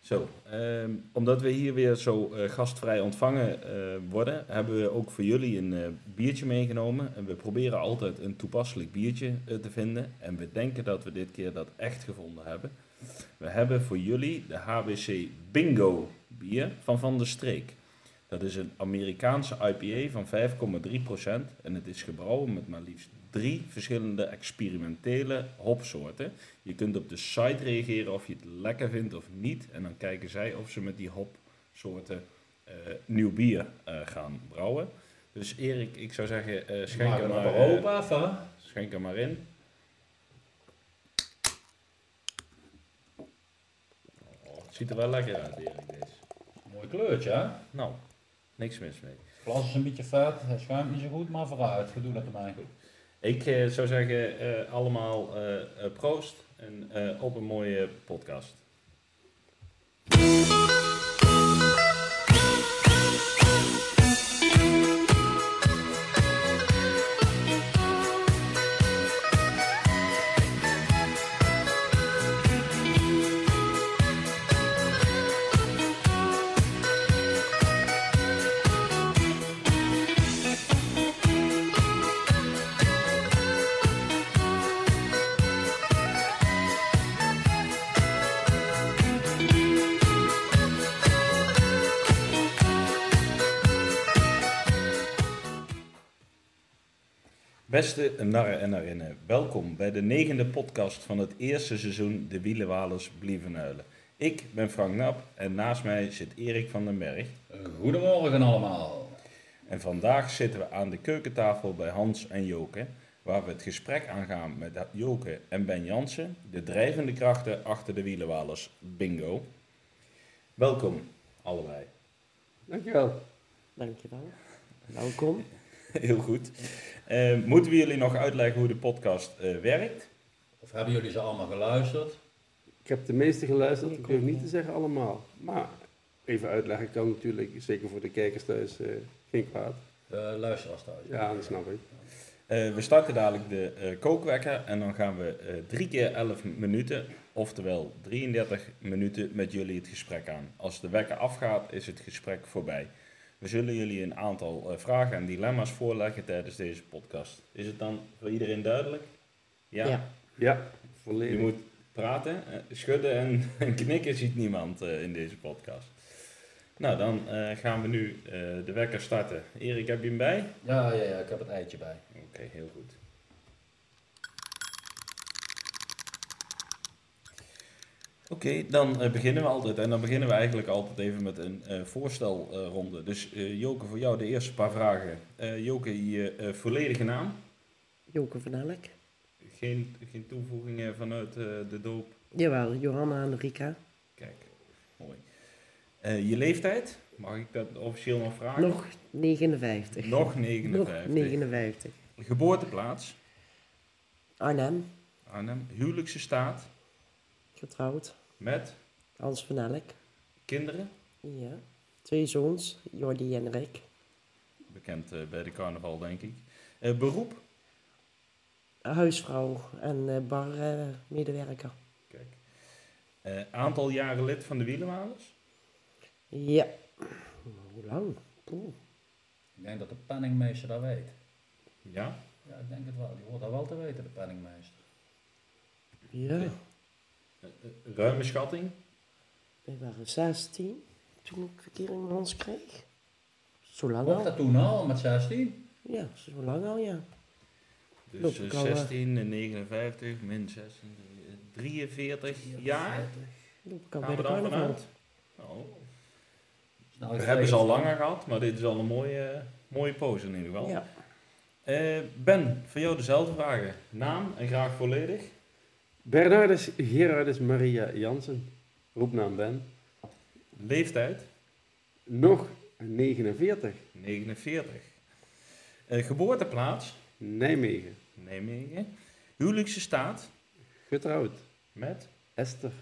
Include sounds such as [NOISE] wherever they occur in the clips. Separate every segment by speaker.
Speaker 1: Zo, ehm, omdat we hier weer zo eh, gastvrij ontvangen eh, worden, hebben we ook voor jullie een eh, biertje meegenomen. En we proberen altijd een toepasselijk biertje eh, te vinden. En we denken dat we dit keer dat echt gevonden hebben. We hebben voor jullie de HBC Bingo bier van Van der Streek. Dat is een Amerikaanse IPA van 5,3% en het is gebrouwen met maar liefst drie verschillende experimentele hopsoorten. Je kunt op de site reageren of je het lekker vindt of niet. En dan kijken zij of ze met die hopsoorten eh, nieuw bier eh, gaan brouwen. Dus Erik, ik zou zeggen, eh, schenk, hem maar, eh,
Speaker 2: opa van.
Speaker 1: schenk hem maar in. Oh, het ziet er wel lekker uit, Erik, deze.
Speaker 2: Mooi kleurtje, hè?
Speaker 1: Nou, niks mis mee.
Speaker 2: Glas is een beetje vet, hij schuimt niet zo goed, maar vooruit. Gedoe dat mij.
Speaker 1: Ik eh, zou zeggen, eh, allemaal eh, eh, proost en eh, op een mooie podcast. Beste narren en narinnen, welkom bij de negende podcast van het eerste seizoen De Wielenwalers Blievenuilen. Ik ben Frank Nap en naast mij zit Erik van den Berg.
Speaker 2: Eh, Goedemorgen allemaal.
Speaker 1: En vandaag zitten we aan de keukentafel bij Hans en Joke, waar we het gesprek aangaan met Joke en Ben Jansen, de drijvende krachten achter de Wielenwalers Bingo. Welkom allebei. [LAUGHS]
Speaker 3: Dankjewel. Dankjewel. Welkom.
Speaker 1: Heel goed. Eh, moeten we jullie nog uitleggen hoe de podcast eh, werkt?
Speaker 2: Of hebben jullie ze allemaal geluisterd?
Speaker 3: Ik heb de meeste geluisterd, ik durf niet te zeggen allemaal. Maar even uitleggen kan natuurlijk, zeker voor de kijkers thuis, eh, geen kwaad.
Speaker 2: Eh luisteraars thuis.
Speaker 3: Ja, dat snap ik.
Speaker 1: Eh, we starten dadelijk de eh, kookwekker en dan gaan we eh, drie keer 11 minuten, oftewel 33 minuten, met jullie het gesprek aan. Als de wekker afgaat, is het gesprek voorbij. We zullen jullie een aantal eh, vragen en dilemma's voorleggen tijdens deze podcast. Is het dan voor iedereen duidelijk? Ja.
Speaker 4: Ja.
Speaker 3: Ja,
Speaker 1: Je
Speaker 3: volledig.
Speaker 1: moet praten, eh, schudden en, [LAUGHS] en knikken ziet niemand eh, in deze podcast. Nou, dan eh, gaan we nu eh, de wekker starten. Erik, heb je hem bij?
Speaker 2: Ja, ja, ja, ik heb het eitje bij.
Speaker 1: Oké, heel goed. Oké, dan eh, beginnen we altijd. En dan beginnen we eigenlijk altijd even met een eh, voorstelronde. dus eh, Joke, voor jou de eerste paar vragen. Eh, Joke, je eh, volledige naam.
Speaker 4: Joke van Elk.
Speaker 1: Geen, geen toevoegingen vanuit eh, de doop.
Speaker 4: Jawel, Johanna en Rika.
Speaker 1: Kijk, mooi. Eh, je leeftijd? Mag ik dat officieel nog vragen?
Speaker 4: Nog 59.
Speaker 1: Nog
Speaker 4: Nog
Speaker 1: 59.
Speaker 4: 59.
Speaker 1: Geboorteplaats?
Speaker 4: Arnhem,
Speaker 1: Arnhem. Huwelijkse staat?
Speaker 4: getrouwd.
Speaker 1: Met?
Speaker 4: Hans van Elk.
Speaker 1: Kinderen?
Speaker 4: Ja. Twee zoons, Jordi en Rick.
Speaker 1: Bekend eh, bij de carnaval, denk ik. Eh, beroep?
Speaker 4: Huisvrouw en eh, barmedewerker.
Speaker 1: Kijk. Eh, aantal jaren lid van de Wielenwalers?
Speaker 4: ja. Hoe lang? Poeh.
Speaker 2: Ik denk dat de penningmeester dat weet.
Speaker 1: Ja.
Speaker 2: Ja, ik denk het wel. Die hoort dat wel te weten, de penningmeester.
Speaker 4: Ja.
Speaker 1: Eh, eh, ruime schatting?
Speaker 4: We waren 16 toen ik verkering met Hans kreeg. Zo lang
Speaker 2: Mocht
Speaker 4: al.
Speaker 2: dat toen al, met 16?
Speaker 4: Ja, zo lang al, ja.
Speaker 1: Dus
Speaker 4: Klopt,
Speaker 1: eh,
Speaker 4: ik al, eh,
Speaker 1: 16, eh, 59, min 16, eh, 43 jaar?
Speaker 4: Loop ik al bij
Speaker 1: Gaan we
Speaker 4: de
Speaker 1: dan
Speaker 4: carnaval.
Speaker 1: vanuit? Oh,
Speaker 2: Nou,
Speaker 1: We
Speaker 2: ik
Speaker 1: hebben ze
Speaker 2: weet-
Speaker 1: al langer gehad, maar dit is al een mooie, eh, mooie pose in ieder geval.
Speaker 4: Ja.
Speaker 1: Eh, ben, voor jou dezelfde vragen. Naam en graag volledig.
Speaker 3: Bernardus Gerardus Maria Jansen, roepnaam Ben.
Speaker 1: Leeftijd?
Speaker 3: Nog 49,
Speaker 1: 49. Eh, geboorteplaats?
Speaker 3: Nijmegen.
Speaker 1: Nijmegen. Huwelijkse staat?
Speaker 3: Getrouwd,
Speaker 1: Met?
Speaker 3: Esther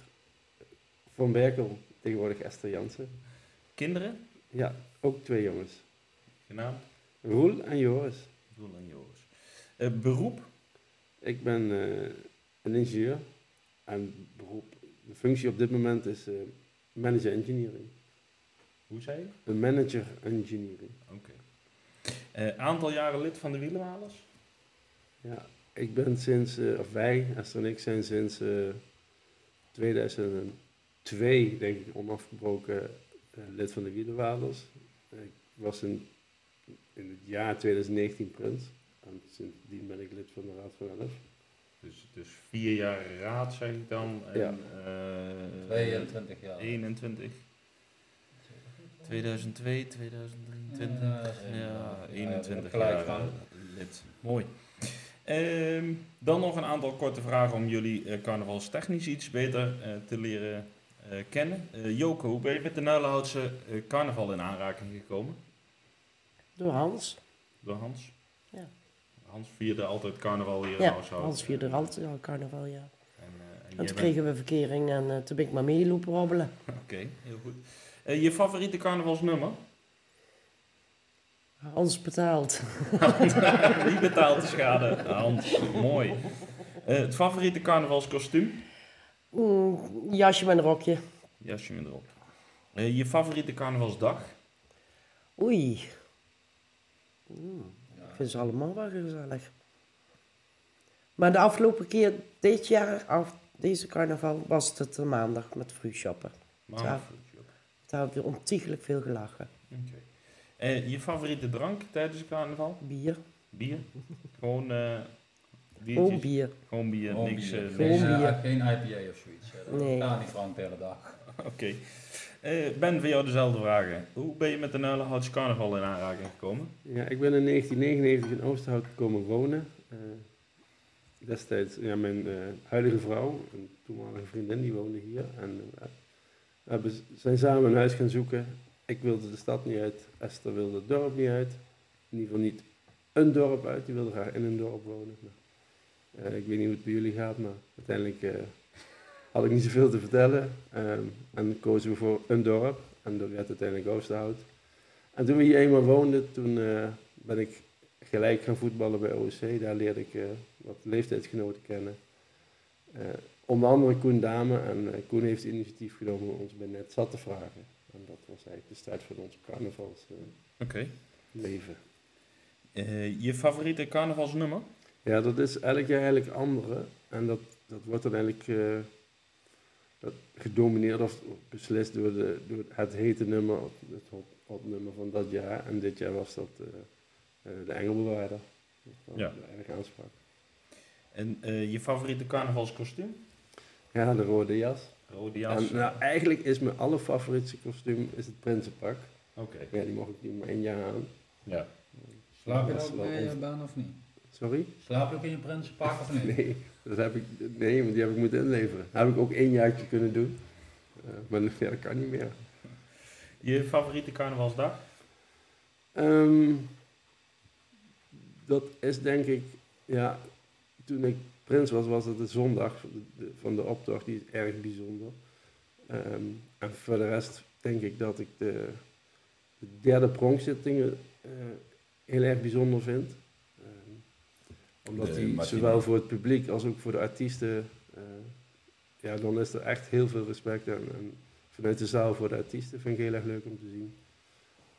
Speaker 3: van Berkel, tegenwoordig Esther Jansen.
Speaker 1: Kinderen?
Speaker 3: Ja, ook twee jongens.
Speaker 1: Genaamd?
Speaker 3: Roel en Joris.
Speaker 1: Roel en Joris. Eh, beroep?
Speaker 3: Ik ben eh, een ingenieur en beroep, de functie op dit moment is eh, Manager engineering.
Speaker 2: Hoe zei je?
Speaker 3: Een manager engineering.
Speaker 1: Eh, aantal jaren lid van de Wielenhalers?
Speaker 3: Ja, ik ben sinds, eh, of wij, Esther en ik, zijn sinds eh, 2002, denk ik, onafgebroken eh, lid van de Wielerwaders. ik was in, in het jaar 2019 prins. En sindsdien ben ik lid van de Raad van Elf.
Speaker 1: Dus, dus vier jaar raad, zeg ik dan. En,
Speaker 3: Ja.
Speaker 1: eh,
Speaker 2: 22 jaar.
Speaker 1: 21. 2002, 2023.
Speaker 2: Ja,
Speaker 1: Ja,
Speaker 2: ja,
Speaker 1: 21
Speaker 2: gelijk
Speaker 1: jaar
Speaker 2: van.
Speaker 1: eh, lid. Mooi. Ehm, dan nog een aantal korte vragen om jullie eh, carnavalstechnisch iets beter eh, te leren eh, kennen. Eh, Joko, hoe ben je met de Nuilenhoutse eh, carnaval in aanraking gekomen?
Speaker 4: Door Hans.
Speaker 1: Door Hans?
Speaker 4: Ja.
Speaker 1: Hans vierde altijd carnaval hier in
Speaker 4: Ja,
Speaker 1: Huishouden.
Speaker 4: Hans vierde rand, ja, carnaval, ja.
Speaker 1: En, eh, en jij
Speaker 4: En
Speaker 1: bent-
Speaker 4: toen kregen we verkering en eh, toen ben ik maar meelopen hobbelen.
Speaker 1: Oké, heel goed. Eh, je favoriete carnavalsnummer?
Speaker 4: Hans betaald.
Speaker 1: [LAUGHS] Wie betaalt de schade? Hans, mooi. Eh, het favoriete carnavalskostuum?
Speaker 4: Mm, jasje met een rokje.
Speaker 1: Jasje me erop. Eh, je favoriete carnavalsdag?
Speaker 4: Oei. Mm, Ik vind ze allemaal wel gezellig. Maar de afgelopen keer, dit jaar, af, deze carnaval, was het een maandag met free shoppen.
Speaker 1: Maandagvoetje.
Speaker 4: Daar hebben we ontiegelijk veel gelachen.
Speaker 1: Oké. Eh, je favoriete drank tijdens de carnaval?
Speaker 4: Bier,
Speaker 1: Bier? Gewoon eh biertjes?
Speaker 4: gewoon oh, bier.
Speaker 1: Gewoon bier,
Speaker 2: Gewoon
Speaker 1: niks.
Speaker 2: bier.
Speaker 1: eh,
Speaker 4: Gewoon
Speaker 1: niks.
Speaker 2: Geen, eh,
Speaker 4: bier.
Speaker 2: Geen IPA of zoiets. Ja, dat
Speaker 4: Nee.
Speaker 2: kan niet Frank de hele dag.
Speaker 1: Oké. Eh, ben, voor jou dezelfde vragen. Hoe ben je met de Nuilenhoutse carnaval in aanraking gekomen?
Speaker 3: Ja, ik ben in 1999 in Oosterhout komen wonen. Eh, destijds, ja, mijn eh, huidige vrouw, een toenmalige vriendin, die woonde hier. En eh, we hebben, zijn samen een huis gaan zoeken. Ik wilde de stad niet uit, Esther wilde het dorp niet uit. In ieder geval niet een dorp uit, die wilde graag in een dorp wonen. Nou, eh, ik weet niet hoe het bij jullie gaat, maar uiteindelijk eh, had ik niet zoveel te vertellen. Ehm, en kozen we voor een dorp. En dat werd uiteindelijk Oosterhout. En toen we hier eenmaal woonden, toen eh, ben ik gelijk gaan voetballen bij OSC. Daar leerde ik eh, wat leeftijdsgenoten kennen. Eh, onder andere Koen Dame. En eh, Koen heeft het initiatief genomen om ons bij Net zat te vragen. En dat was eigenlijk de start van ons carnavalsleven.
Speaker 1: Oké. Eh, je favoriete carnavalsnummer?
Speaker 3: ja, dat is elk jaar eigenlijk andere. En dat, dat wordt dan eigenlijk eh, dat gedomineerd of beslist door, de, door het hete nummer, het hot, hot nummer van dat jaar. En dit jaar was dat eh, eh, de Engelbewaarder. Dat
Speaker 1: Ja.
Speaker 3: Erg aansprak.
Speaker 1: En eh, je favoriete carnavalskostuum?
Speaker 3: Ja, de rode jas.
Speaker 1: Rode jas.
Speaker 3: En, nou, eigenlijk is mijn allerfavoriete kostuum is het prinsenpak.
Speaker 4: eh,
Speaker 1: Oké.
Speaker 3: Ja, die mocht ik nu maar één jaar aan.
Speaker 1: Ja.
Speaker 2: Slaap je
Speaker 3: Dat is
Speaker 2: ook
Speaker 3: wel
Speaker 2: bij je
Speaker 3: on-
Speaker 2: baan of niet?
Speaker 3: Sorry? [LAUGHS]
Speaker 2: Slaap je ook in je prinsenpak of niet?
Speaker 3: Nee, dat heb ik, nee, want die heb ik moeten inleveren. Dat heb ik ook één jaartje kunnen doen. Eh, maar [LAUGHS] ja, dat kan niet meer.
Speaker 1: Je favoriete carnavalsdag?
Speaker 3: Ehm, dat is denk ik, ja, toen ik prins was, was dat de zondag van de, de- van de optocht, die is erg bijzonder. Ehm, en voor de rest denk ik dat ik de, de derde pronkzittingen eh, heel erg bijzonder vind. Ehm, omdat
Speaker 2: De
Speaker 3: die
Speaker 2: matinee.
Speaker 3: zowel voor het publiek als ook voor de artiesten, eh, ja, dan is er echt heel veel respect. En, en vanuit de zaal voor de artiesten vind ik heel erg leuk om te zien.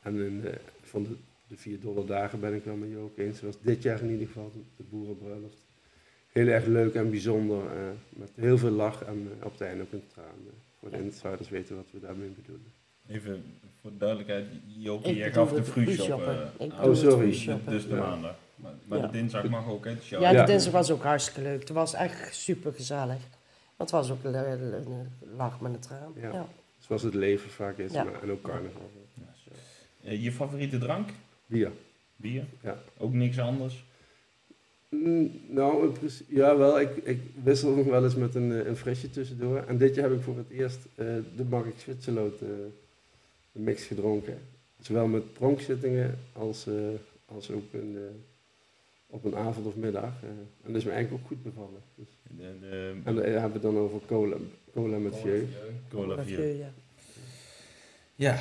Speaker 3: En in de- van de, de vier dolle dagen ben ik wel met Joop eens. Het was dit jaar in ieder geval de, de boerenbruiloft. Heel erg leuk en bijzonder. eh, met heel veel lach en eh, op het einde ook een traan. eh. voor de insiders weten wat we daarmee bedoelen.
Speaker 1: Even voor de duidelijkheid, Jokie,
Speaker 4: Ik
Speaker 1: jij
Speaker 4: bedoel
Speaker 1: gaf de
Speaker 4: het
Speaker 1: fruitshop
Speaker 4: fruitshoppen.
Speaker 1: eh,
Speaker 4: Ik
Speaker 1: aan.
Speaker 4: bedoel het
Speaker 3: sorry.
Speaker 4: fruitshoppen.
Speaker 1: Dus de
Speaker 3: Ja.
Speaker 1: maandag. Maar, maar
Speaker 4: Ja.
Speaker 1: de dinsdag mag ook, hè? Dus ja,
Speaker 4: Ja,
Speaker 3: Ja.
Speaker 4: de dinsdag was ook hartstikke leuk. Het was echt super gezellig. Het was ook een, een, een lach met een traan.
Speaker 3: Ja.
Speaker 4: Ja.
Speaker 3: Zoals Dus het leven vaak is.
Speaker 4: Ja.
Speaker 3: maar- en ook carnaval.
Speaker 1: Eh, je favoriete drank?
Speaker 3: Bier.
Speaker 1: Bier?
Speaker 3: Ja.
Speaker 1: Ook niks anders?
Speaker 3: Mm, nou, in principe- jawel. Ik, ik wissel nog wel eens met een, eh, een frisje tussendoor. En dit jaar heb ik voor het eerst eh, de Mark Zwitserloot eh, mix gedronken. Zowel met pronkzittingen als, eh, als ook een, eh, op een avond of middag. eh. en dat is me eigenlijk ook goed bevallen. Dus,
Speaker 1: De, de
Speaker 3: en dan hebben we het dan over cola, cola met vieux.
Speaker 1: cola
Speaker 4: Dat
Speaker 1: bier.
Speaker 4: je- ja.
Speaker 1: Ja.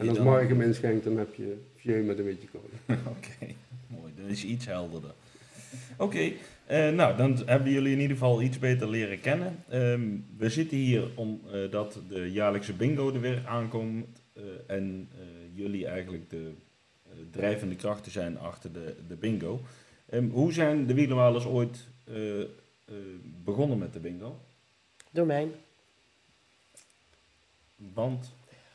Speaker 3: En als
Speaker 1: [LAUGHS]
Speaker 3: Mark hem inschenkt, dan heb je vieux met een beetje cola.
Speaker 1: Oké, mooi. Dat is iets helderder. Oké, eh, nou dan hebben jullie in ieder geval iets beter leren kennen. Ehm, we zitten hier omdat de jaarlijkse bingo er weer aankomt eh, en eh, jullie eigenlijk de eh, drijvende krachten zijn achter de, de bingo. Ehm, hoe zijn de wielerwalers ooit eh, eh, begonnen met de bingo?
Speaker 4: Domein.
Speaker 1: Want,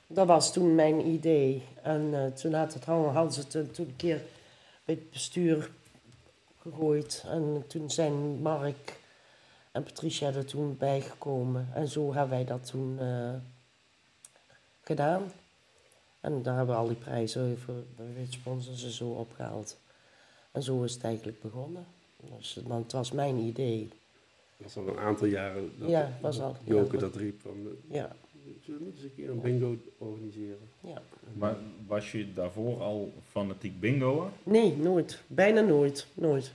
Speaker 4: Dat was toen mijn idee. En eh, toen had het Han- Hans het eh, toen een keer bij het bestuur gegooid. En toen zijn Mark en Patricia er toen bijgekomen. En zo hebben wij dat toen eh, gedaan. En daar hebben we al die prijzen voor met sponsors en zo opgehaald. En zo is het eigenlijk begonnen. Dus, want het was mijn idee.
Speaker 3: Dat was al een aantal jaren dat,
Speaker 4: Ja, was al.
Speaker 3: Joke
Speaker 4: Ja.
Speaker 3: dat riep van, eh,
Speaker 4: Ja,
Speaker 3: zullen we eens een keer een bingo organiseren?
Speaker 4: ja.
Speaker 1: maar was je daarvoor al fanatiek bingoer?
Speaker 4: Nee, nooit. Bijna nooit. Nooit.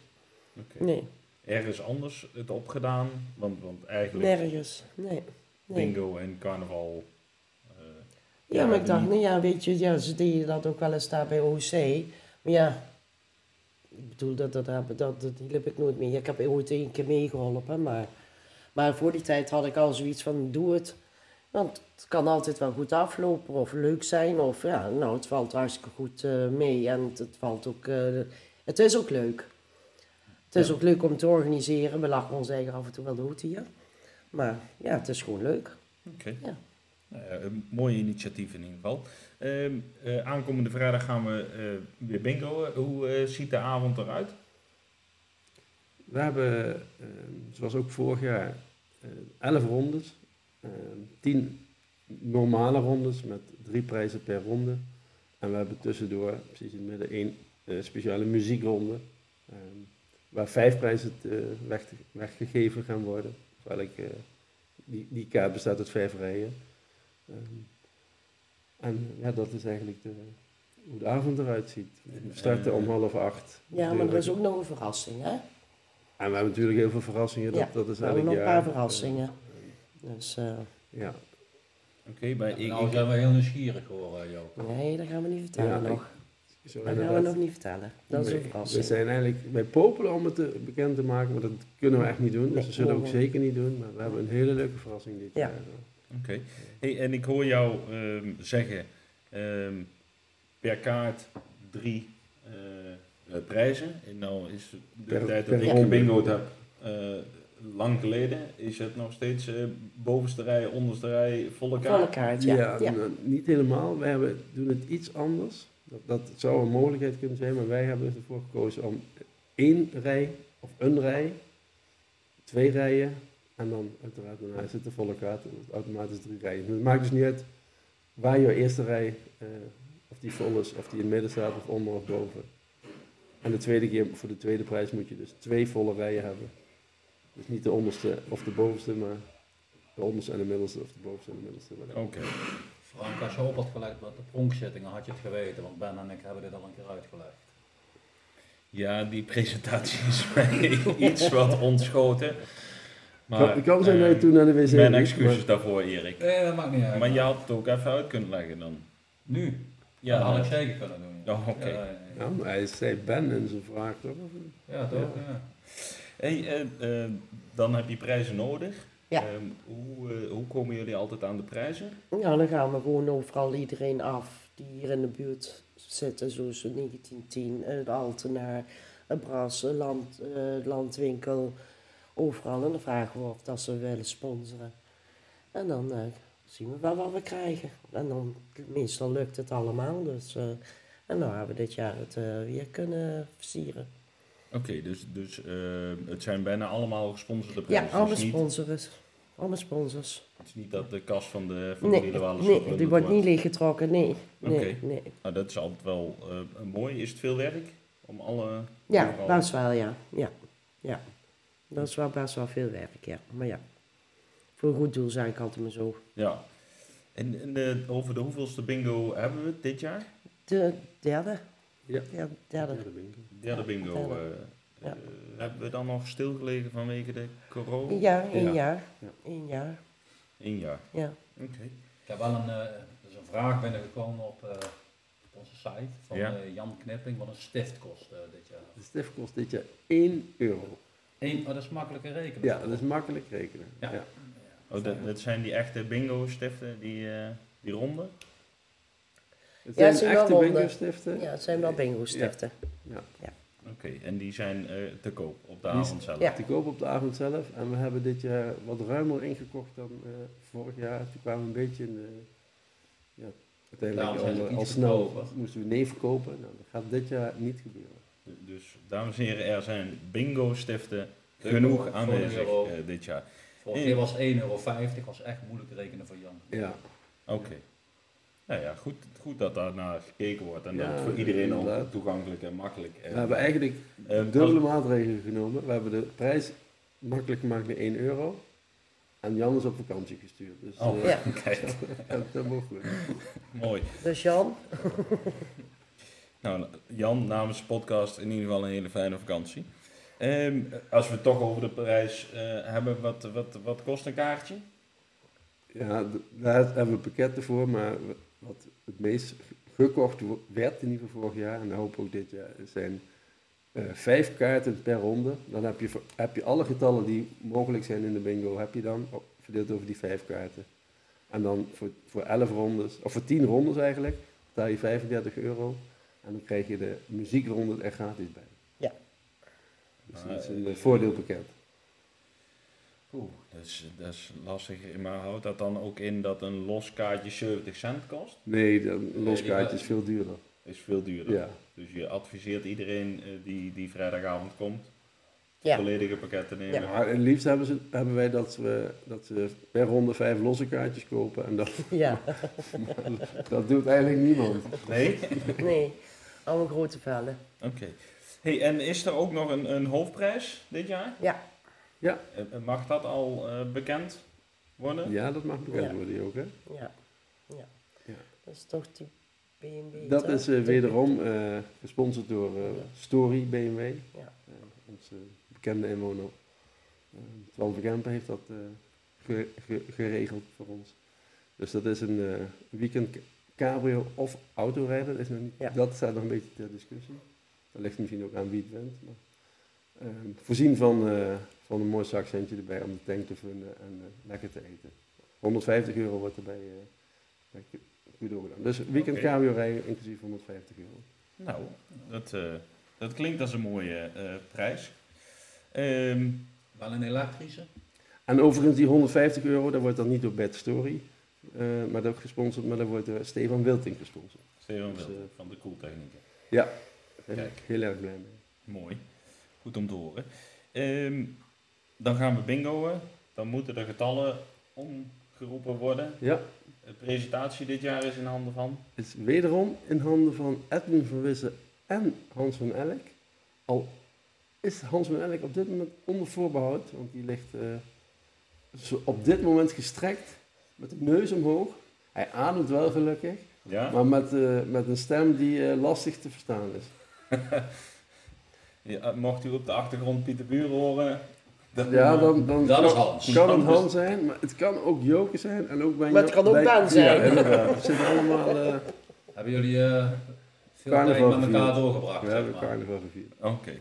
Speaker 1: Oké.
Speaker 4: Nee,
Speaker 1: Ergens anders het opgedaan? Want, want eigenlijk
Speaker 4: nergens. Nee. nee.
Speaker 1: bingo en carnaval. eh,
Speaker 4: Ja, maar ik dacht,
Speaker 1: die-
Speaker 4: nou ja, weet je, ja, ze deden dat ook wel eens daar bij OC. Maar ja, ik bedoel, dat, dat, dat, dat, dat hielp ik nooit meer. Ik heb ooit één keer meegeholpen, maar, maar voor die tijd had ik al zoiets van, doe het. Want het kan altijd wel goed aflopen of leuk zijn. Of ja, nou, het valt hartstikke goed eh, mee en het, het valt ook, eh, het is ook leuk. Het is ook leuk om te organiseren. We lachen ons eigen af en toe wel dood hier. Maar ja, het is gewoon leuk.
Speaker 1: Oké.
Speaker 4: Ja.
Speaker 1: Nou ja, een mooi initiatief in ieder geval. Ehm, eh, aankomende vrijdag gaan we eh, weer bingoen. Hoe eh, ziet de avond eruit?
Speaker 3: We hebben, eh, zoals ook vorig jaar, eh, 11 rondes. eh, 10 normale rondes met drie prijzen per ronde. En we hebben tussendoor, precies in het midden, één eh, speciale muziekronde. eh, waar vijf prijzen eh, weg, weggegeven gaan worden. Dus eigenlijk, eh, die, die kaart bestaat uit vijf rijen. Eh, en ja, dat is eigenlijk de, hoe de avond eruit ziet. We starten om half acht.
Speaker 4: Ja, maar er is
Speaker 3: Natuurlijk.
Speaker 4: ook nog een verrassing, hè?
Speaker 3: En we hebben natuurlijk heel veel verrassingen. Dat,
Speaker 4: Ja,
Speaker 3: dat is
Speaker 4: We hebben nog
Speaker 3: eigenlijk
Speaker 4: een
Speaker 3: ja,
Speaker 4: paar verrassingen. Dus eh,
Speaker 3: eh, Ja.
Speaker 1: Oké, bij ik,
Speaker 2: Nou zijn we heel nieuwsgierig eh, hoor, Jo.
Speaker 4: nee, dat gaan we niet vertellen
Speaker 3: Ja,
Speaker 4: nog.
Speaker 3: Zo
Speaker 4: Dat gaan we
Speaker 3: inderdaad.
Speaker 4: nog niet vertellen. Dat is
Speaker 3: Nee,
Speaker 4: een
Speaker 3: We
Speaker 4: verrassing.
Speaker 3: zijn eigenlijk bij popelen om het te- bekend te maken, maar dat kunnen we echt niet doen. Dus
Speaker 4: Nee,
Speaker 3: we zullen we ook
Speaker 4: nee.
Speaker 3: zeker niet doen. Maar we hebben een hele leuke verrassing dit
Speaker 4: Ja.
Speaker 3: jaar.
Speaker 1: Oké. Hey, en ik hoor jou ehm, zeggen ehm, per kaart drie eh, eh, prijzen. En nou is de
Speaker 3: Per-
Speaker 1: tijd
Speaker 3: per
Speaker 1: dat ik
Speaker 3: ronde.
Speaker 1: gebingoed heb eh, lang geleden. Is het nog steeds eh, bovenste rij, onderste rij, volle kaart?
Speaker 4: Volle kaart, ja. ja,
Speaker 3: n- nou, niet helemaal. We hebben, doen het iets anders. Dat, dat zou een mogelijkheid kunnen zijn, maar wij hebben ervoor gekozen om één rij of een rij, twee rijen en dan uiteraard daarna zit de volle kaart en dat is automatisch drie rijen. Maar het maakt dus niet uit waar je eerste rij, eh, of die vol is, of die in het midden staat, of onder of boven. En de tweede keer, voor de tweede prijs moet je dus twee volle rijen hebben. Dus niet de onderste of de bovenste, maar de onderste en de middelste, of de bovenste en de middelste. whatever.
Speaker 1: Oké.
Speaker 2: Frank, als je op had gelegd met de pronkzittingen had je het geweten, want Ben en ik hebben dit al een keer uitgelegd.
Speaker 1: Ja, die presentatie is [LAUGHS] mij iets wat ontschoten. Maar,
Speaker 3: Maar, het kan zijn dat je
Speaker 1: eh,
Speaker 3: toen naar de wc
Speaker 1: Mijn
Speaker 3: moest,
Speaker 1: excuses
Speaker 3: maar-
Speaker 1: daarvoor, Erik.
Speaker 2: Nee, dat maakt niet uit.
Speaker 1: Maar je had het ook even uit kunnen leggen dan.
Speaker 2: Nu?
Speaker 1: Ja,
Speaker 2: Ja, dat had ik
Speaker 1: eh,
Speaker 2: zeker kunnen doen.
Speaker 1: Oh, oké.
Speaker 2: Ja, ja, ja.
Speaker 3: Ja, maar hij zei Ben en zijn vraag toch?
Speaker 2: Ja, toch? Ja.
Speaker 1: Hey, eh, eh, dan heb je prijzen nodig.
Speaker 4: Ja.
Speaker 1: Ehm, hoe, eh, hoe komen jullie altijd aan de prijzen?
Speaker 4: dan gaan we gewoon overal iedereen af die hier in de buurt zitten. Zoals 1910, het Altenaar, het Bras, het land, eh, Landwinkel. Overal. En dan vragen we of dat ze willen sponsoren. En dan eh, zien we wel wat we krijgen. En dan, meestal lukt het allemaal. Dus, eh, en nou hebben we dit jaar het eh, weer kunnen versieren.
Speaker 1: Oké, dus, dus eh, het zijn bijna allemaal gesponsorde
Speaker 4: Ja,
Speaker 1: prijzen.
Speaker 4: allemaal
Speaker 1: het, is niet,
Speaker 4: sponsors. Allemaal sponsors.
Speaker 1: het is niet dat de kas van de van de
Speaker 4: Nee,
Speaker 1: wielerwalers
Speaker 4: nee,
Speaker 1: geplunderd
Speaker 4: die wordt niet leeggetrokken. Nee, nee,
Speaker 1: Oké.
Speaker 4: nee.
Speaker 1: eh, Nou, dat is altijd wel eh, mooi. Is het veel werk? Om alle...
Speaker 4: Ja, nou,
Speaker 1: overal-
Speaker 4: best wel, ja. ja. Ja. Dat is wel best wel veel werk, ja. Maar ja, voor een goed doel zijn ik altijd maar zo.
Speaker 1: Ja. En, en eh, over de hoeveelste bingo hebben we het dit jaar?
Speaker 4: De derde?
Speaker 3: Ja.
Speaker 4: Ja, derde.
Speaker 1: Derde bingo.
Speaker 4: derde.
Speaker 1: eh,
Speaker 4: Ja.
Speaker 1: eh, hebben we dan nog stilgelegen vanwege de corona?
Speaker 4: Eén jaar, één
Speaker 3: Ja.
Speaker 4: jaar.
Speaker 3: Ja.
Speaker 4: Eén jaar,
Speaker 1: Eén jaar.
Speaker 4: ja.
Speaker 1: Oké.
Speaker 2: Ik heb wel een, eh, er is een vraag binnengekomen op eh, op onze site van
Speaker 1: Ja.
Speaker 2: eh, Jan Knipping wat een stift kost eh, dit jaar.
Speaker 3: De stift kost dit jaar 1 euro.
Speaker 2: Eén, oh, dat is makkelijke rekenen.
Speaker 3: Ja, dat is makkelijk rekenen.
Speaker 2: Ja.
Speaker 3: Ja.
Speaker 1: Oh, dat, dat zijn die echte bingo-stiften, die, eh die ronde?
Speaker 3: Het zijn
Speaker 4: Ja, het zijn wel
Speaker 3: echte
Speaker 4: ronden.
Speaker 3: bingo-stiften.
Speaker 4: Ja, het zijn wel bingo-stiften.
Speaker 1: Oké, en die zijn eh, te koop op de
Speaker 3: Die is-
Speaker 1: avond zelf?
Speaker 4: Ja.
Speaker 3: Te koop op de avond zelf. En we hebben dit jaar wat ruimer ingekocht dan eh, vorig jaar. Toen kwamen we een beetje in de... Ja,
Speaker 2: Daarom
Speaker 3: uiteindelijk
Speaker 2: zijn ze
Speaker 3: al,
Speaker 2: iets
Speaker 3: al snel
Speaker 2: goedkoper.
Speaker 3: moesten we neef kopen. Nou, dat gaat dit jaar niet gebeuren.
Speaker 1: D- Dus, dames en heren, er zijn bingo-stiften
Speaker 2: Te
Speaker 1: genoeg
Speaker 2: koop,
Speaker 1: aanwezig
Speaker 2: voor een euro.
Speaker 1: eh, dit jaar.
Speaker 2: Vorige keer was 1,50 euro, was echt moeilijk rekenen voor Jan.
Speaker 3: Ja.
Speaker 1: Oké. Nou ja, goed, goed dat daar naar gekeken wordt en dat
Speaker 3: Ja,
Speaker 1: het voor iedereen al
Speaker 3: inderdaad.
Speaker 1: toegankelijk en makkelijk Eh,
Speaker 3: We hebben eigenlijk
Speaker 1: oh.
Speaker 3: dubbele
Speaker 1: [LAUGHS]
Speaker 3: maatregelen genomen. We hebben de prijs makkelijk gemaakt naar 1 euro. En Jan is op vakantie gestuurd. Dus
Speaker 1: Oh,
Speaker 3: eh,
Speaker 4: Ja.
Speaker 1: Kijk,
Speaker 3: [LAUGHS] dat mogen goed.
Speaker 1: mooi.
Speaker 4: Dus Jan,
Speaker 1: Nou, Jan, namens de podcast in ieder geval een hele fijne vakantie. Ehm, als we het toch over de prijs eh, hebben, wat, wat, wat kost een kaartje?
Speaker 3: Ja, d- daar hebben we pakketten voor, maar w- wat het meest gekocht wo- werd in ieder geval vorig jaar, en dat hoop ik ook dit jaar, zijn eh, vijf kaarten per ronde. Dan heb je, voor- heb je alle getallen die mogelijk zijn in de bingo, heb je dan op- verdeeld over die vijf kaarten. En dan voor, voor elf rondes, of voor tien rondes eigenlijk, betaal je 35 euro. En dan krijg je de muziekronde er gratis bij.
Speaker 4: Ja.
Speaker 3: Dus dat is een
Speaker 1: Maar,
Speaker 3: eh, voordeelpakket.
Speaker 1: Oeh, dat is, dat is lastig. Maar houdt dat dan ook in dat een los kaartje 70 cent kost?
Speaker 3: Nee, een
Speaker 2: Nee,
Speaker 3: los
Speaker 2: die
Speaker 3: kaartje
Speaker 2: wa-
Speaker 3: is veel duurder.
Speaker 1: is veel duurder.
Speaker 3: Ja.
Speaker 1: Dus je adviseert iedereen eh, die, die vrijdagavond komt,
Speaker 4: Ja.
Speaker 1: volledige pakketten nemen.
Speaker 4: Ja.
Speaker 3: Maar het liefst hebben, ze, hebben wij dat we, dat we per ronde vijf losse kaartjes kopen. En dat,
Speaker 4: [LAUGHS]
Speaker 3: [LAUGHS]
Speaker 4: ja,
Speaker 3: dat doet eigenlijk niemand.
Speaker 1: Nee? Oké.
Speaker 4: nee. Allemaal grote vellen.
Speaker 1: [LAUGHS] Hey, en is er ook nog een, een hoofdprijs dit jaar?
Speaker 4: Ja.
Speaker 3: Ja.
Speaker 1: Eh, Mag dat al eh, bekend worden?
Speaker 3: Ja, dat mag bekend
Speaker 4: Ja.
Speaker 3: worden, ook. Hè?
Speaker 4: Ja. ja.
Speaker 3: Ja.
Speaker 4: Dat is toch die BMW.
Speaker 3: Dat
Speaker 4: toch?
Speaker 3: is eh, wederom eh, gesponsord door eh, Story BMW.
Speaker 4: Ja.
Speaker 3: Eh, onze bekende inwoner. eh Twan van Kempen heeft dat eh, ge- ge- geregeld voor ons. Dus dat is een eh, weekend cabrio of autorijden. Dat, is nog niet,
Speaker 4: Ja.
Speaker 3: dat staat nog een beetje ter discussie. Dat ligt misschien ook aan wie het bent. Maar, ehm, voorzien van, eh, van een mooi zakcentje erbij om de tank te vullen en eh, lekker te eten. 150 euro wordt erbij eh, bij Kudo gedaan. Dus weekend
Speaker 1: Oké.
Speaker 3: cabrio rijden inclusief 150 euro.
Speaker 1: Nou, dat, eh, dat klinkt als een mooie eh, prijs. Ehm,
Speaker 2: Wel een elektrische?
Speaker 3: En overigens, die 150 euro, dat wordt dan niet door Bad Story, eh, maar dat gesponsord, maar dat wordt door Stefan Wilting gesponsord.
Speaker 1: Steven
Speaker 3: Dus,
Speaker 1: Wild
Speaker 3: eh,
Speaker 1: van de Koeltechnieken.
Speaker 3: Daar ben
Speaker 1: Kijk.
Speaker 3: ik heel erg blij mee.
Speaker 1: Mooi. Goed om te horen. Ehm, dan gaan we bingoen. Dan moeten de getallen omgeroepen worden.
Speaker 3: Ja,
Speaker 1: De presentatie dit jaar is in handen van.
Speaker 3: het is wederom in handen van Edwin van Wissen en Hans van Elk. Al is Hans van Elk op dit moment onder voorbehoud, want die ligt eh, zo op dit moment gestrekt, met de neus omhoog. Hij ademt wel gelukkig,
Speaker 1: Ja?
Speaker 3: maar met, eh, met een stem die eh, lastig te verstaan is.
Speaker 1: Ja, Mocht u op de achtergrond Pieter Buur horen. dan-
Speaker 3: Ja, dan, dan
Speaker 2: Dat is
Speaker 3: kan-
Speaker 2: Hans.
Speaker 3: kan een
Speaker 1: Hans.
Speaker 3: hand zijn, maar het kan ook Joken zijn en ook bij
Speaker 4: Maar het kan ook Daan zijn.
Speaker 3: Ja, inderdaad. Het zitten allemaal.
Speaker 2: [LAUGHS]
Speaker 3: eh
Speaker 2: Hebben jullie eh, veel
Speaker 3: Carnaval
Speaker 2: tijd met elkaar
Speaker 3: gevierd.
Speaker 2: doorgebracht?
Speaker 3: we
Speaker 2: zeg
Speaker 3: hebben
Speaker 2: maar?
Speaker 3: carnaval gevierd.
Speaker 1: Oké.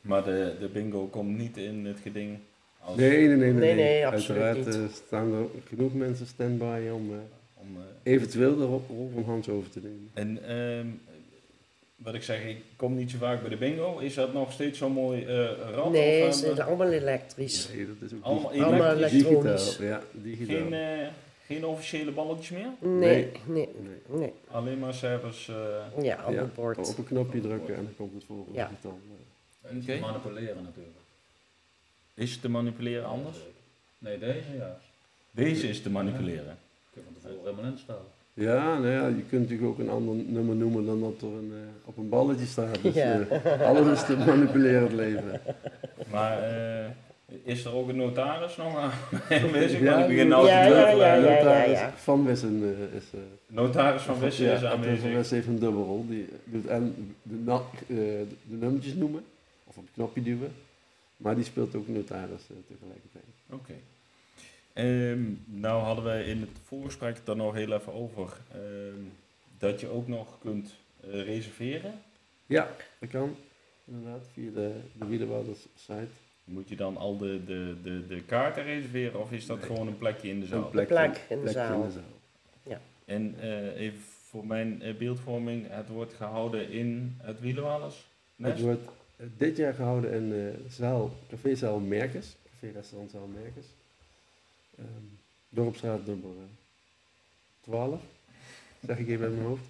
Speaker 1: Maar de, de bingo komt niet in het geding. Als,
Speaker 3: Nee, nee, nee, nee.
Speaker 4: Nee, nee, absoluut
Speaker 3: Uiteraard
Speaker 4: niet.
Speaker 3: eh, staan er genoeg mensen stand-by om eh,
Speaker 1: Om, eh,
Speaker 3: eventueel de ro- rol van Hans over te nemen.
Speaker 1: en ehm, wat ik zeg, ik kom niet zo vaak bij de bingo. Is dat nog steeds zo'n mooi eh rad?
Speaker 4: Nee,
Speaker 1: Of,
Speaker 4: ze
Speaker 1: eh,
Speaker 4: zijn allemaal elektrisch.
Speaker 3: Nee, dat is ook
Speaker 1: Allemaal
Speaker 3: digi-
Speaker 1: Allemaal
Speaker 4: elektrisch. elektronisch.
Speaker 3: digitaal. Ja, digitaal.
Speaker 1: geen, eh, geen officiële balletjes meer?
Speaker 4: Nee, nee,
Speaker 3: Nee.
Speaker 4: nee.
Speaker 1: Alleen maar cijfers. eh,
Speaker 4: Ja, op
Speaker 3: Ja,
Speaker 4: het bord.
Speaker 3: Op een knopje drukken en dan komt het volgende
Speaker 4: Ja.
Speaker 3: getal. eh.
Speaker 2: Het is
Speaker 1: Oké.
Speaker 2: te manipuleren natuurlijk.
Speaker 1: Is te manipuleren anders?
Speaker 2: Nee, deze ja.
Speaker 1: Deze is te manipuleren.
Speaker 2: Kun je van tevoren helemaal instellen.
Speaker 3: Ja, nou ja, je kunt natuurlijk ook een ander nummer noemen dan dat er een, eh, op een balletje staat. Dus
Speaker 4: Ja.
Speaker 3: eh, alles is te manipuleren het leven.
Speaker 1: [LAUGHS] Maar eh, is er ook een notaris nog aan [LAUGHS] aanwezig?
Speaker 3: Ja,
Speaker 1: Want ik begin nou
Speaker 4: ja,
Speaker 1: te
Speaker 4: ja,
Speaker 1: twijfelen.
Speaker 4: ja, ja.
Speaker 3: Notaris Van Wissen eh, is... eh,
Speaker 1: Notaris van Wissen
Speaker 3: ja,
Speaker 1: is
Speaker 3: Edwin Van
Speaker 1: aanwezig.
Speaker 3: Wissen heeft een dubbelrol. Die doet en de, na- eh, de nummertjes noemen, of op het knopje duwen. Maar die speelt ook notaris eh, tegelijkertijd.
Speaker 1: Oké. Ehm nou hadden wij in het voorgesprek het dan nog heel even over ehm, dat je ook nog kunt eh, reserveren.
Speaker 3: Ja, dat kan. Inderdaad, via de, de Wielenwouders site.
Speaker 1: Moet je dan al de, de, de, de kaarten reserveren of is dat
Speaker 3: Nee.
Speaker 1: gewoon een plekje in de zaal?
Speaker 3: Een plek,
Speaker 4: Plek in de
Speaker 3: plekje
Speaker 4: zaal.
Speaker 1: En eh, even voor mijn eh, beeldvorming, het wordt gehouden in het Wielenwalers.
Speaker 3: Het
Speaker 1: nest?
Speaker 3: wordt eh, dit jaar gehouden in eh zaal, cafézaal Merkers. Café-restaurantzaal Merkers. Ehm, dorpsstraat nummer eh, 12. Zeg ik even uit mijn hoofd.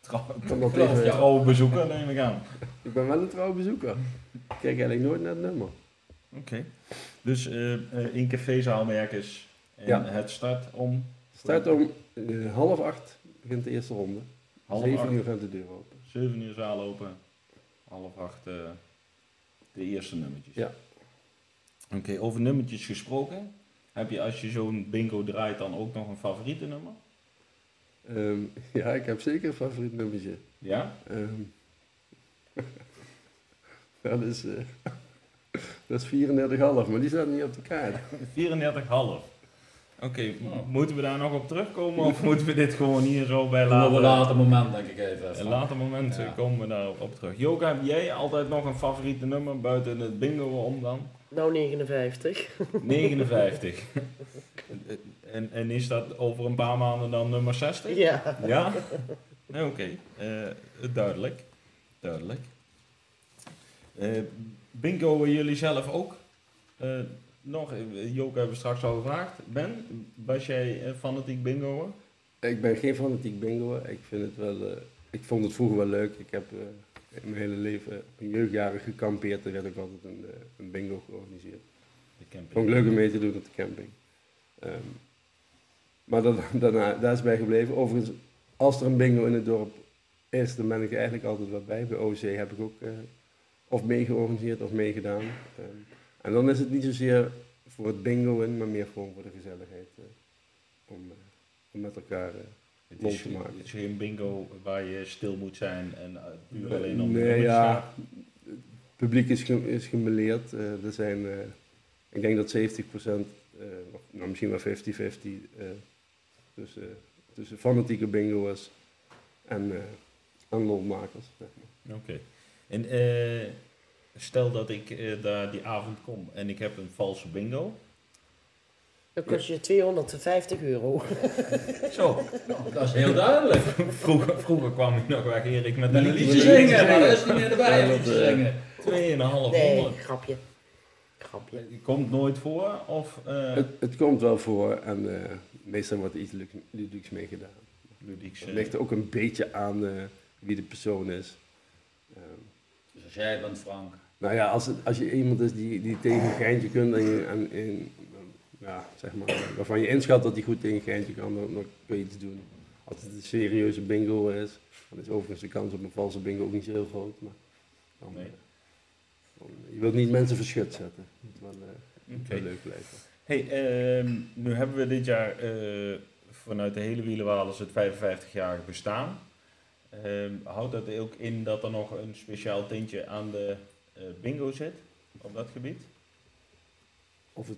Speaker 1: Trouw- [LAUGHS]
Speaker 3: Kan dat
Speaker 2: Klopt,
Speaker 3: even-
Speaker 2: ja.
Speaker 1: Trouwe bezoeker neem ik aan.
Speaker 3: Ik ben wel een trouw bezoeker. Ik kijk eigenlijk nooit naar het nummer.
Speaker 1: Oké. Dus eh, eh, in cafézaal Merkers. En
Speaker 3: Ja.
Speaker 1: het start om
Speaker 3: Het start om eh, half acht, begint de eerste ronde.
Speaker 1: half
Speaker 3: Zeven
Speaker 1: acht.
Speaker 3: uur gaat de deur open.
Speaker 1: 7 uur zaal open. Half acht eh, de eerste nummertjes.
Speaker 3: Ja.
Speaker 1: Oké, over nummertjes gesproken. Heb je als je zo'n bingo draait dan ook nog een favoriete nummer?
Speaker 3: Ehm, [LAUGHS] ja, ik heb zeker een favoriet nummertje.
Speaker 1: Ja?
Speaker 3: Ehm, [LAUGHS] dat, is, eh, [LAUGHS] dat is 34,5, maar die staat niet op de kaart.
Speaker 1: 34,5. Oké, m-
Speaker 2: Oh.
Speaker 1: moeten we daar nog op
Speaker 2: [LAUGHS]
Speaker 1: terugkomen of moeten we dit gewoon hier zo bij
Speaker 2: Op
Speaker 1: laten?
Speaker 2: een later moment denk ik even.
Speaker 1: Een
Speaker 2: Frank.
Speaker 1: later moment eh,
Speaker 2: Ja.
Speaker 1: komen we daarop op terug. Joka, heb jij altijd nog een favoriete nummer buiten het bingo om
Speaker 2: [LAUGHS]
Speaker 1: dan?
Speaker 4: Nou 59.
Speaker 1: 59. en, en is dat over een paar maanden dan nummer 60?
Speaker 4: Ja.
Speaker 1: Ja? Nee, Oké, Eh, duidelijk. Duidelijk. Eh, bingo jullie zelf ook? Eh, nog, eh, Joka hebben we straks al gevraagd. Ben, was jij eh, fanatiek bingoer?
Speaker 3: Ik ben geen fanatiek bingoer. Ik, vind het wel, eh, ik vond het vroeger wel leuk. Ik heb eh, in mijn hele leven, mijn jeugdjaren gekampeerd. Er werd ook altijd een, eh, een bingo georganiseerd.
Speaker 1: De camping.
Speaker 3: Vond ik leuk om mee te doen op de camping. Ehm, maar dat, [LAUGHS] daarna, daar is bij gebleven. Overigens, als er een bingo in het dorp is, dan ben ik er eigenlijk altijd wel bij. Bij OC heb ik ook eh, of meegeorganiseerd of meegedaan. Ehm, en dan is het niet zozeer voor het bingoen, maar meer gewoon voor de gezelligheid. eh, om, eh, om met elkaar... eh,
Speaker 1: Het
Speaker 3: lol
Speaker 1: is,
Speaker 3: te maken.
Speaker 1: het is geen bingo waar je stil moet zijn en eh, puur alleen om de
Speaker 3: nee,
Speaker 1: nummertjes gaat.
Speaker 3: ja. Het publiek is, gem- is gemeleerd. Eh, er zijn, eh, ik denk dat 70%, eh of, nou, misschien wel 50-50, eh, tussen, tussen fanatieke bingo's en, eh, en lolmakers. zeg maar.
Speaker 1: Oké. En eh, stel dat ik eh, daar die avond kom en ik heb een valse bingo.
Speaker 4: Dan kost je 250 euro.
Speaker 1: Zo, [LAUGHS]
Speaker 2: Nou, dat is heel duidelijk.
Speaker 1: vroeger, vroeger kwam ik nog weg, Erik, met
Speaker 2: Met
Speaker 1: een
Speaker 2: een
Speaker 1: liedje
Speaker 2: liedje
Speaker 1: zingen.
Speaker 2: zingen, maar dat is niet meer erbij
Speaker 3: Ja,
Speaker 2: om
Speaker 3: dat,
Speaker 2: liedje
Speaker 3: eh,
Speaker 2: zingen.
Speaker 1: 2,5
Speaker 4: Nee,
Speaker 1: honderd.
Speaker 4: grapje. Grapje.
Speaker 1: Komt nooit voor of eh
Speaker 3: Het, het komt wel voor en eh, meestal wordt er iets lux- ludieks mee gedaan.
Speaker 1: Ludiek, eh,
Speaker 3: Het ligt er ook een beetje aan eh, wie de persoon is. Ehm,
Speaker 2: Dus als jij bent Frank,
Speaker 3: Nou ja, als, het- als je iemand is die, die tegen een geintje kunt en, je- en, en ja, zeg maar, waarvan je inschat dat hij goed tegen een geintje kan, dan, dan kun je iets doen. Als het een serieuze bingo is, dan is overigens de kans op een valse bingo ook niet zo heel groot. Maar dan,
Speaker 1: Nee.
Speaker 3: eh, dan- je wilt niet mensen verschut zetten. Het moet wel, eh, het moet wel
Speaker 1: Oké.
Speaker 3: leuk blijven.
Speaker 1: Hey, ehm, nu hebben we dit jaar eh, vanuit de hele Wielenwalers het 55-jarige bestaan. Ehm, houdt dat ook in dat er nog een speciaal tintje aan de eh, bingo zit op dat gebied?
Speaker 3: Of het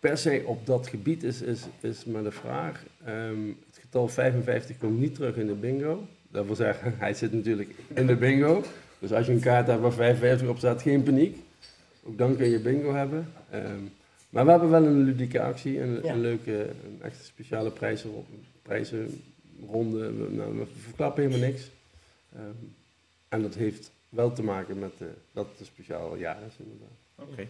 Speaker 3: per se op dat gebied is, is, is maar de vraag. Ehm, het getal 55 komt niet terug in de bingo. Dat wil zeggen, [LAUGHS] hij zit natuurlijk in de bingo. Dus als je een kaart hebt waar 55 op staat, geen paniek. Ook dan kun je bingo hebben. Ehm, maar we hebben wel een ludieke actie, een,
Speaker 4: Ja.
Speaker 3: een leuke, een echt speciale prijzen, prijzenronde. We, nou, we verklappen helemaal niks. Ehm, en dat heeft wel te maken met eh, dat het een speciaal jaar is inderdaad.
Speaker 1: Oké.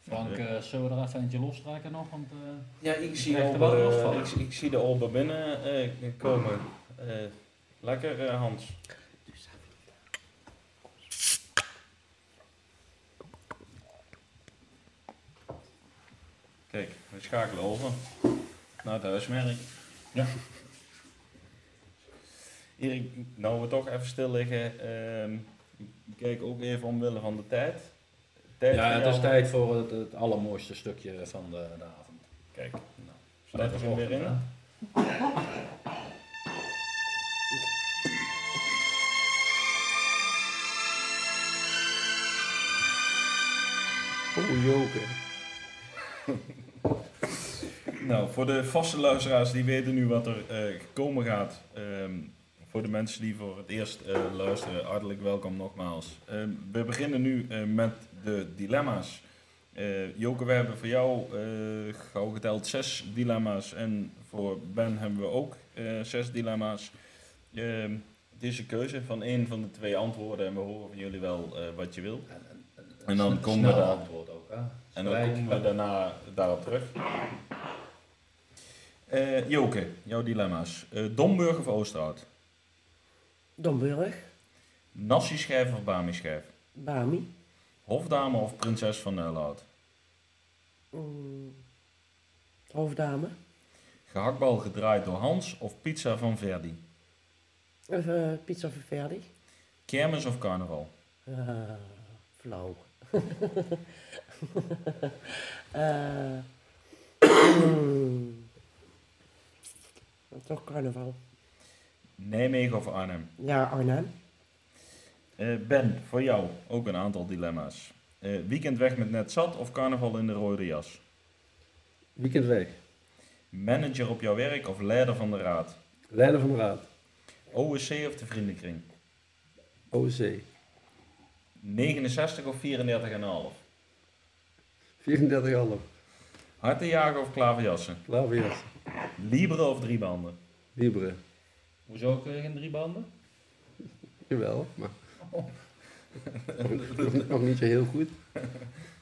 Speaker 2: Frank, eh, zullen we er even eentje lostrekken nog? Want, eh,
Speaker 1: Ja, ik zie,
Speaker 2: Krijgt
Speaker 1: al,
Speaker 2: er wel last
Speaker 1: eh,
Speaker 2: van.
Speaker 1: ik, ik zie de Olber binnen eh, komen. Eh, lekker, eh, Hans. Kijk, we schakelen over naar het huismerk.
Speaker 2: Ja.
Speaker 1: Erik, nou we toch even stil liggen. ehm, ik kijk ook even omwille van de tijd. tijd
Speaker 2: ja,
Speaker 1: voor
Speaker 2: het is
Speaker 1: jou.
Speaker 2: tijd voor het, het allermooiste stukje van de, de avond.
Speaker 1: Kijk, nou, staat er hem weer in.
Speaker 3: Oh, joker.
Speaker 1: Nou, voor de vaste luisteraars die weten nu wat er eh, komen gaat. Ehm, voor de mensen die voor het eerst eh, luisteren, hartelijk welkom nogmaals. Ehm, we beginnen nu eh, met de dilemma's. Eh, Joke, we hebben voor jou eh gauw geteld zes dilemma's. En voor Ben hebben we ook eh, zes dilemma's. Ehm, het is een keuze van één van de twee antwoorden. En we horen van jullie wel eh, wat je wil.
Speaker 2: En, en, en,
Speaker 1: En dan
Speaker 2: een
Speaker 1: komen we
Speaker 2: snel
Speaker 1: daar-
Speaker 2: antwoord ook, hè?
Speaker 1: En dan
Speaker 2: Strijk.
Speaker 1: komen we daarna daarop terug. Eh, Joke, jouw dilemma's. Eh Domburg of Oosterhout?
Speaker 4: Domburg,
Speaker 1: Nassi schijf of Bami schijf?
Speaker 4: Bami,
Speaker 1: Hofdame of Prinses van Nijlhout?
Speaker 4: mm, Hoofddame,
Speaker 1: Gehaktbal gedraaid door Hans of pizza van Verdi?
Speaker 4: of, eh, Pizza Ververdi. [LAUGHS]
Speaker 1: Kermis of carnaval?
Speaker 4: Ah, flauw. [LAUGHS] Eh, mm, toch carnaval.
Speaker 1: Nijmegen of Arnhem?
Speaker 4: Ja, Arnhem.
Speaker 1: Eh, ben, voor jou ook een aantal dilemma's. Eh, weekend weg met net zat of carnaval in de rode jas?
Speaker 3: Weekend weg.
Speaker 1: Manager op jouw werk of leider van de raad?
Speaker 3: Leider van de Raad.
Speaker 1: OSC of de vriendenkring?
Speaker 3: OC.
Speaker 1: 69 of 34,5?
Speaker 3: 34,5.
Speaker 1: Hartenjager of klaverjassen?
Speaker 3: Klaar voor Jassen.
Speaker 1: Libre of driebanden?
Speaker 3: Libre.
Speaker 2: Hoezo kun je geen drie banden?
Speaker 3: Jawel, [LAUGHS] maar... nog, nog niet zo heel goed.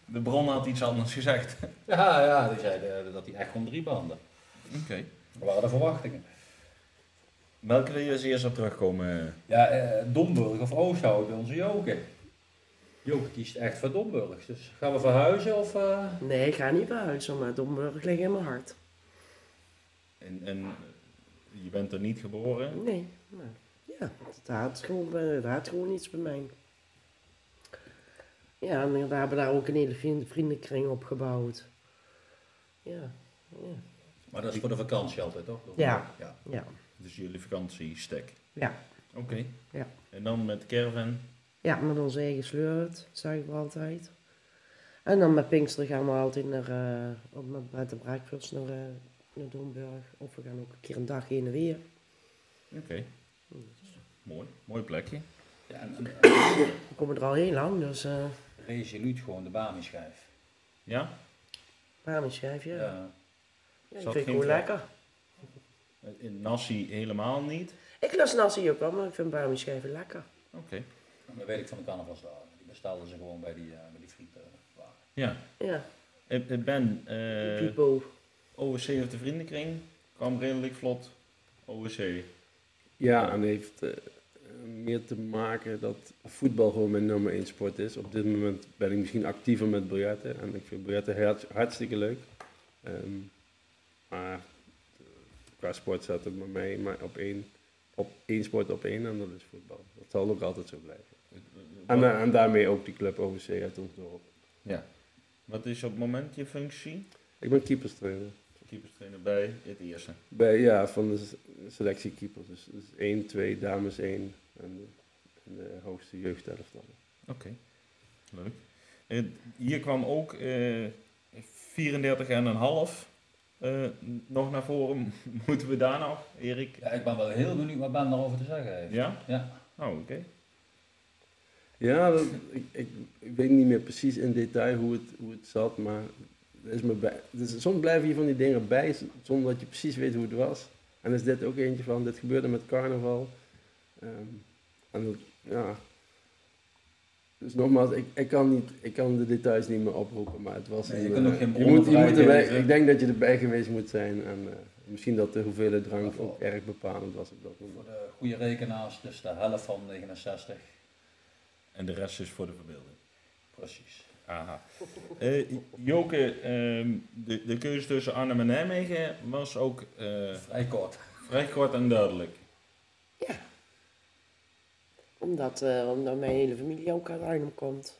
Speaker 1: De bron had iets anders gezegd.
Speaker 2: Ja, ja, die zeiden eh, dat hij echt kon drie banden.
Speaker 1: Oké.
Speaker 2: Dat waren de verwachtingen.
Speaker 1: Welke wil je als eerst op terugkomen?
Speaker 2: Ja, eh, Domburg of Oosthout bij onze Joke. Joke kiest echt voor Domburg. Dus gaan we verhuizen of... eh,
Speaker 4: Nee, ik ga niet verhuizen, maar Domburg ligt in mijn hart.
Speaker 1: En, en je bent er niet geboren.
Speaker 4: Nee, maar Nou, ja, het had gewoon, bij- het had gewoon iets bij mij. Ja, en we hebben daar ook een hele vriend- vriendenkring opgebouwd. Ja, ja.
Speaker 2: Maar dat is voor de vakantie altijd, toch?
Speaker 4: Ja.
Speaker 2: ja.
Speaker 4: Ja,
Speaker 1: Dus jullie vakantie stek.
Speaker 4: ja.
Speaker 1: Oké.
Speaker 4: Ja.
Speaker 1: En dan met caravan.
Speaker 4: Ja, met onze eigen sleurt, zeggen we altijd. En dan met Pinkster gaan we altijd naar, eh, op met, met de breakfast naar, eh, naar Domburg. Of we gaan ook een keer een dag heen en weer.
Speaker 1: Oké. Mooi. Mooi plekje.
Speaker 2: Ja, en, en,
Speaker 4: We komen er al heel lang, dus eh
Speaker 2: resoluut gewoon de Bami-schijf.
Speaker 1: Ja?
Speaker 4: waarom een schijfje? Ja,
Speaker 2: Ja.
Speaker 4: ja
Speaker 1: Zat
Speaker 4: vind ik
Speaker 1: geen
Speaker 4: gewoon
Speaker 1: vla-
Speaker 4: lekker.
Speaker 1: In Nassi helemaal niet.
Speaker 4: Ik lust nasi ook wel, maar ik vind warme schijven lekker.
Speaker 1: Oké.
Speaker 2: En dat weet ik van de carnavalsdagen. Die bestelden ze gewoon bij die, eh, bij die frietenwagen.
Speaker 1: Ja.
Speaker 4: Ja,
Speaker 1: Eh, eh, Ben,
Speaker 4: die
Speaker 1: eh
Speaker 4: pipo.
Speaker 1: OSC of de vriendenkring? Kwam redelijk vlot. OSC.
Speaker 3: Ja, en heeft eh, meer te maken dat voetbal gewoon mijn nummer 1 sport is. Op dit moment ben ik misschien actiever met biljarten. En ik vind biljarten hart- hartstikke leuk. Ehm, maar eh, qua sport staat het bij mij maar op één, op één sport op één en dat is voetbal. Dat zal ook altijd zo blijven. En, eh, en daarmee ook die club OVC uit ons dorp.
Speaker 1: Ja. Wat is op het moment je functie?
Speaker 3: Ik ben keeperstrainer.
Speaker 1: Keeperstrainer bij het eerste.
Speaker 3: Bij, ja, van de s- selectie keepers. Dus, dus 1, 2, dames 1 en de, en de hoogste jeugdelftal.
Speaker 1: Leuk. Eh, hier kwam ook eh 34 en een half eh, nog naar voren. [LAUGHS] Moeten we daar nog, Erik?
Speaker 2: Ja, ik ben wel heel benieuwd wat Ben daarover te zeggen heeft.
Speaker 1: Ja?
Speaker 2: Ja.
Speaker 1: Oh, oké.
Speaker 3: Ja, dat, ik, ik, ik weet niet meer precies in detail hoe het, hoe het zat, maar er is me bij, dus soms blijven je van die dingen bij z- zonder dat je precies weet hoe het was. En is dit ook eentje van, dit gebeurde met carnaval. Ehm, en dat, ja. Dus nogmaals, ik, ik, kan niet, ik kan de details niet meer oproepen, maar het was
Speaker 2: Nee, je
Speaker 3: een,
Speaker 2: kunt ook
Speaker 3: eh,
Speaker 2: geen
Speaker 3: je
Speaker 2: bronnen
Speaker 3: moet, je moet erbij,
Speaker 2: vrijgeven.
Speaker 3: Ik denk dat je erbij geweest moet zijn en eh, misschien dat de hoeveelheid drank ook erg bepalend was op dat
Speaker 2: Voor
Speaker 3: moment.
Speaker 2: de goede rekenaars, dus de helft van 69.
Speaker 1: En de rest is voor de verbeelding.
Speaker 2: Precies.
Speaker 1: Aha. Eh, Joke, ehm, de, de keuze tussen Arnhem en Nijmegen was ook eh,
Speaker 2: Vrij kort.
Speaker 1: vrij kort en duidelijk.
Speaker 4: Omdat, eh, omdat mijn hele familie ook uit Arnhem komt.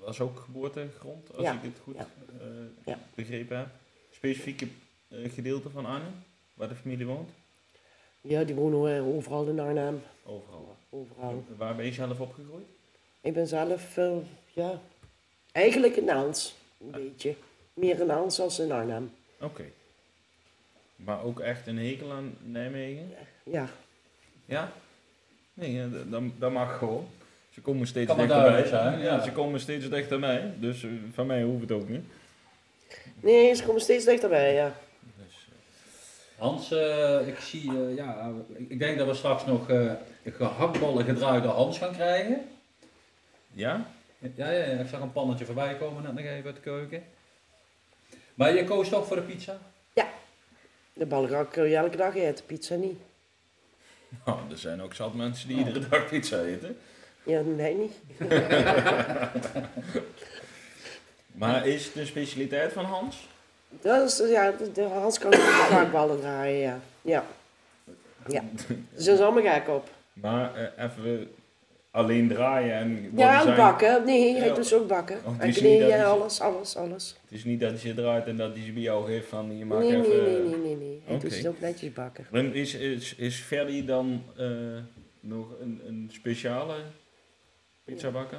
Speaker 1: was ook geboortegrond, als
Speaker 4: Ja,
Speaker 1: ik het goed
Speaker 4: ja.
Speaker 1: eh,
Speaker 4: Ja.
Speaker 1: begrepen heb. Specifieke eh, gedeelte van Arnhem, waar de familie woont?
Speaker 4: Ja, die wonen eh, overal in Arnhem.
Speaker 1: Overal.
Speaker 4: Overal.
Speaker 1: Waar ben je zelf opgegroeid?
Speaker 4: Ik ben zelf, eh,
Speaker 1: Ah.
Speaker 4: ja, eigenlijk in Naans. Een beetje. Meer in Naans als in Arnhem.
Speaker 1: Oké. Oké. Maar ook echt een hekel aan Nijmegen?
Speaker 4: Ja,
Speaker 1: Ja? Nee, ja, d- dan, dat mag gewoon. Ze komen steeds
Speaker 2: Kan maar
Speaker 1: dichterbij.
Speaker 2: duidelijk zijn, ja.
Speaker 1: Ze komen steeds dichterbij, dus eh, van mij hoeft het ook niet.
Speaker 4: nee, ze komen steeds dichterbij, ja.
Speaker 1: Dus, eh,
Speaker 2: Hans, eh, ik zie, eh, ja, ik- ik denk dat we straks nog eh gehaktballen gedraaide Hans gaan krijgen.
Speaker 1: ja? [LAUGHS]
Speaker 2: Ja, ja, ja, ik zag een pannetje voorbij komen net nog even uit de keuken. Maar je koos toch voor de pizza?
Speaker 4: De balgak kun je eh, elke dag eten, pizza niet.
Speaker 1: Nou, er zijn ook zat mensen die iedere dag pizza eten.
Speaker 4: Ja, nee, niet.
Speaker 1: Maar is het een specialiteit van Hans?
Speaker 4: Dat is, ja, de, de Hans kan ook [COUGHS] de gehaktballen draaien, ja. Ja, Ja. daar zijn ze allemaal gek op.
Speaker 1: Maar eh, even alleen draaien en worden
Speaker 4: Ja, en
Speaker 1: zijn-
Speaker 4: bakken. Nee, hij
Speaker 1: Ja.
Speaker 4: doet ze ook bakken.
Speaker 1: Oh, die
Speaker 4: en
Speaker 1: zie je
Speaker 4: knieën,
Speaker 1: dat niet.
Speaker 4: alles, alles, alles.
Speaker 1: Het is niet dat hij ze draait en dat hij ze bij jou geeft van je maakt
Speaker 4: Nee, nee,
Speaker 1: even...
Speaker 4: nee, nee, nee, nee. Hij doet
Speaker 1: Oké.
Speaker 4: ze ook netjes bakken.
Speaker 1: Dan is, is, is Ferry dan eh, nog een, een speciale pizzabakker?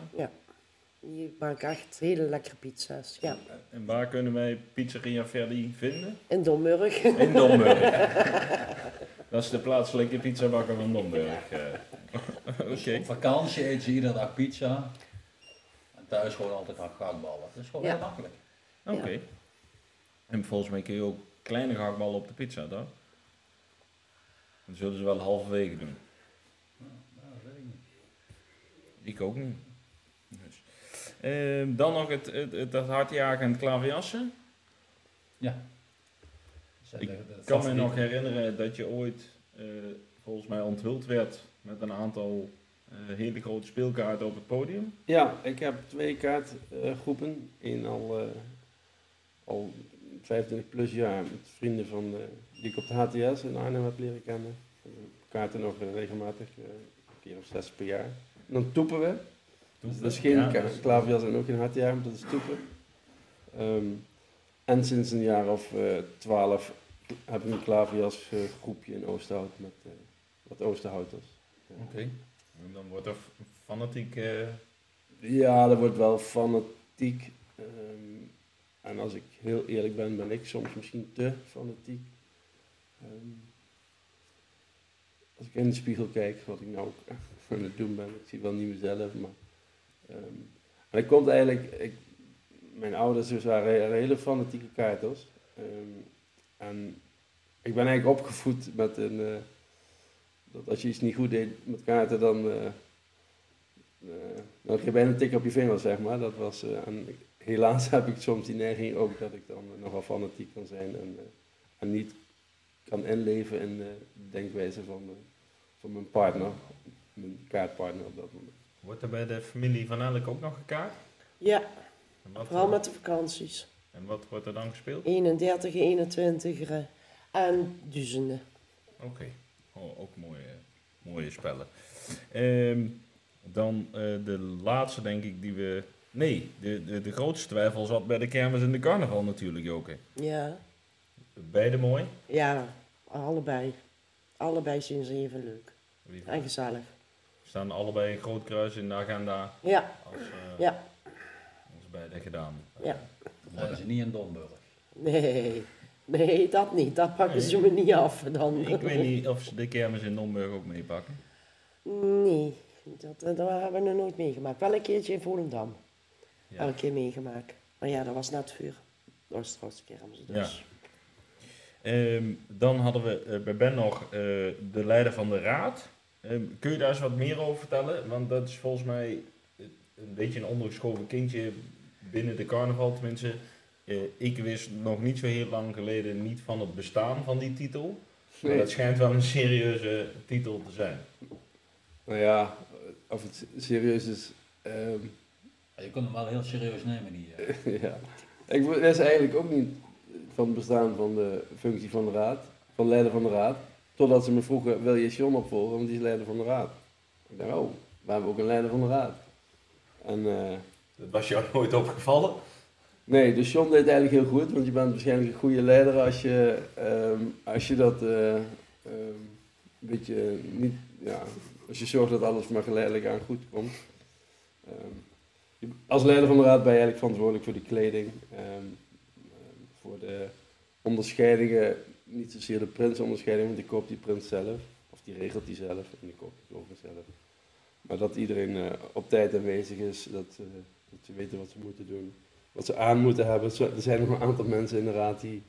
Speaker 4: Die maken echt hele lekkere pizza's, ja.
Speaker 1: En waar kunnen wij Pizzeria Verdi vinden?
Speaker 4: In Domburg. [LAUGHS]
Speaker 1: In Domburg. dat is de plaatselijke pizzabakker van Domburg. eh. [LAUGHS] Oké.
Speaker 2: Op vakantie eet ze iedere dag pizza. En thuis gewoon altijd aan gehaktballen. Dat is gewoon
Speaker 4: Ja.
Speaker 2: heel makkelijk.
Speaker 1: Oké. En volgens mij kun je ook kleine gehaktballen op de pizza, toch? Dat zullen ze wel halverwege doen.
Speaker 2: nou,
Speaker 1: Ik ook niet. Dus. Eh, dan nog het, het, het, dat hardjagen en het klaverjassen. Ik Ik kan me nog herinneren dat je ooit eh, volgens mij onthuld werd met een aantal eh, hele grote speelkaarten op het podium.
Speaker 3: Ja, ik heb twee kaartgroepen. Eén al, eh, al 25 plus jaar met vrienden van, eh, die ik op de HTS in Arnhem heb leren kennen. We Kaarten nog eh, regelmatig, eh, een keer of zes per jaar. En dan toepen we. Dus dat is geen
Speaker 1: Ja,
Speaker 3: ka-
Speaker 1: dat is-
Speaker 3: klaverjas en ook geen hartjaar, maar dat is toepen. Ehm, en sinds een jaar of eh, twaalf heb ik een klaverjas eh, groepje in Oosterhout met eh, wat Oosterhouters.
Speaker 2: Oké.
Speaker 1: En Dan wordt er f- fanatiek. eh,
Speaker 3: Ja, dat wordt wel fanatiek. Ehm, en als ik heel eerlijk ben, ben ik soms misschien te fanatiek. Ehm, als ik in de spiegel kijk, wat ik nou ook [LAUGHS] aan het doen ben, ik zie wel niet mezelf. Maar, ehm, en dat komt eigenlijk, ik, mijn ouders dus waren he- hele fanatieke kaarters. Ehm, en ik ben eigenlijk opgevoed met een, eh, dat als je iets niet goed deed met kaarten, dan... eh, eh, dan kreeg je bijna een tik op je vinger, zeg maar. Dat was, eh, en ik- helaas [LAUGHS] heb ik soms die neiging ook dat ik dan eh, nogal fanatiek kan zijn en, eh, en niet kan inleven in de denkwijze van, eh, van mijn partner, mijn kaartpartner op dat moment.
Speaker 1: wordt er bij de familie van Elk ook nog gekaart?
Speaker 4: Ja,
Speaker 1: En wat,
Speaker 4: vooral met de vakanties.
Speaker 1: en wat wordt er dan gespeeld?
Speaker 4: 31, 21 eh, en duizenden.
Speaker 1: Oké, Oh, ook mooie, mooie spellen. Ehm, dan eh, de laatste, denk ik, die we. Nee, de, de, de grootste twijfel zat bij de kermis en de carnaval natuurlijk, Joke.
Speaker 4: Ja,
Speaker 1: Beide mooi.
Speaker 4: ja, allebei. Allebei zijn ze even leuk
Speaker 1: Wie-
Speaker 4: en gezellig.
Speaker 1: staan allebei een groot kruis in de agenda
Speaker 4: Ja,
Speaker 1: als, eh,
Speaker 4: Ja.
Speaker 1: als beide gedaan.
Speaker 4: Ja.
Speaker 2: Dan zijn ze niet in Domburg.
Speaker 4: nee, nee, dat niet. Dat pakken
Speaker 1: Nee.
Speaker 4: ze me niet af dan.
Speaker 1: Ik weet niet of ze de kermis in Domburg ook meepakken.
Speaker 4: Nee, dat, dat hebben we nog nooit meegemaakt. Wel een keertje in Volendam.
Speaker 1: Ja.
Speaker 4: Elke keer meegemaakt. Maar ja, dat was net vuur. Dat was trouwens kermis, dus.
Speaker 1: Ehm, dan hadden we eh, bij Ben nog eh, de leider van de raad. Ehm, kun je daar eens wat meer over vertellen? Want dat is volgens mij eh, een beetje een ondergeschoven kindje binnen de carnaval. Tenminste, eh, ik wist nog niet zo heel lang geleden niet van het bestaan van die titel. Maar dat schijnt wel een serieuze titel te zijn.
Speaker 3: Nou ja, of het serieus is, ehm,
Speaker 2: Je kunt hem wel heel serieus nemen hier.
Speaker 3: [LAUGHS] ja. Ik wist eigenlijk ook niet van het bestaan van de functie van de raad, van leider van de raad, totdat ze me vroegen, wil je John opvolgen, want die is leider van de raad. Ik dacht, oh, we hebben ook een leider van de raad. En eh,
Speaker 1: Dat was jou nooit opgevallen?
Speaker 3: nee, dus John deed eigenlijk heel goed, want je bent waarschijnlijk een goede leider als je, ehm, als je dat eh, ehm, een beetje niet, ja, als je zorgt dat alles maar geleidelijk aan goed komt. Ehm, je- als leider van de raad ben je eigenlijk verantwoordelijk voor de kleding, ehm, ehm, voor de onderscheidingen, niet zozeer de prinsonderscheiding, want die koopt die prins zelf. Of die regelt die zelf en die koopt die overigens zelf. Maar dat iedereen eh, op tijd aanwezig is, dat, eh, dat ze weten wat ze moeten doen, wat ze aan moeten hebben. Zo- Er zijn nog een aantal mensen inderdaad die,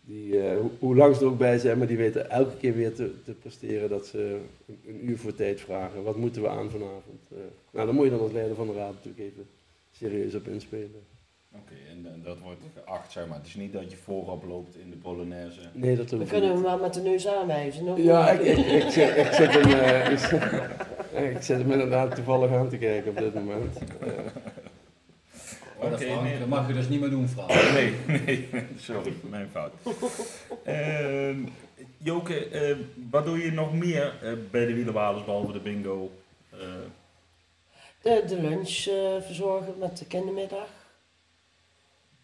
Speaker 3: die eh, ho- hoe lang ze er ook bij zijn, maar die weten elke keer weer te, te presteren dat ze een, een uur voor tijd vragen. Wat moeten we aan vanavond? Eh, nou, dan moet je dan als leider van de raad natuurlijk even serieus op inspelen.
Speaker 1: Oké, en, eh, dat wordt geacht, zeg maar. Het is niet dat je voorop loopt in de Polonaise.
Speaker 3: Nee, dat
Speaker 4: We
Speaker 3: hoeft
Speaker 4: kunnen hem
Speaker 3: niet.
Speaker 4: wel met de neus aanwijzen. hoor.
Speaker 3: Ja, ik, ik, ik, zit, ik, zit hem, eh, [LAUGHS] ik, zit, ik zit hem inderdaad toevallig aan te kijken op dit moment. Eh,
Speaker 2: Oh, dat,
Speaker 1: Oké,
Speaker 2: Frank,
Speaker 1: nee.
Speaker 2: dat mag je dus niet meer doen, Frank.
Speaker 1: Nee, [LAUGHS] nee, sorry, mijn fout. Ehm, Joke, eh, wat doe je nog meer eh, bij de wielerwalers behalve de bingo? Eh,
Speaker 4: [LAUGHS] De, de lunch eh, verzorgen met de kindermiddag.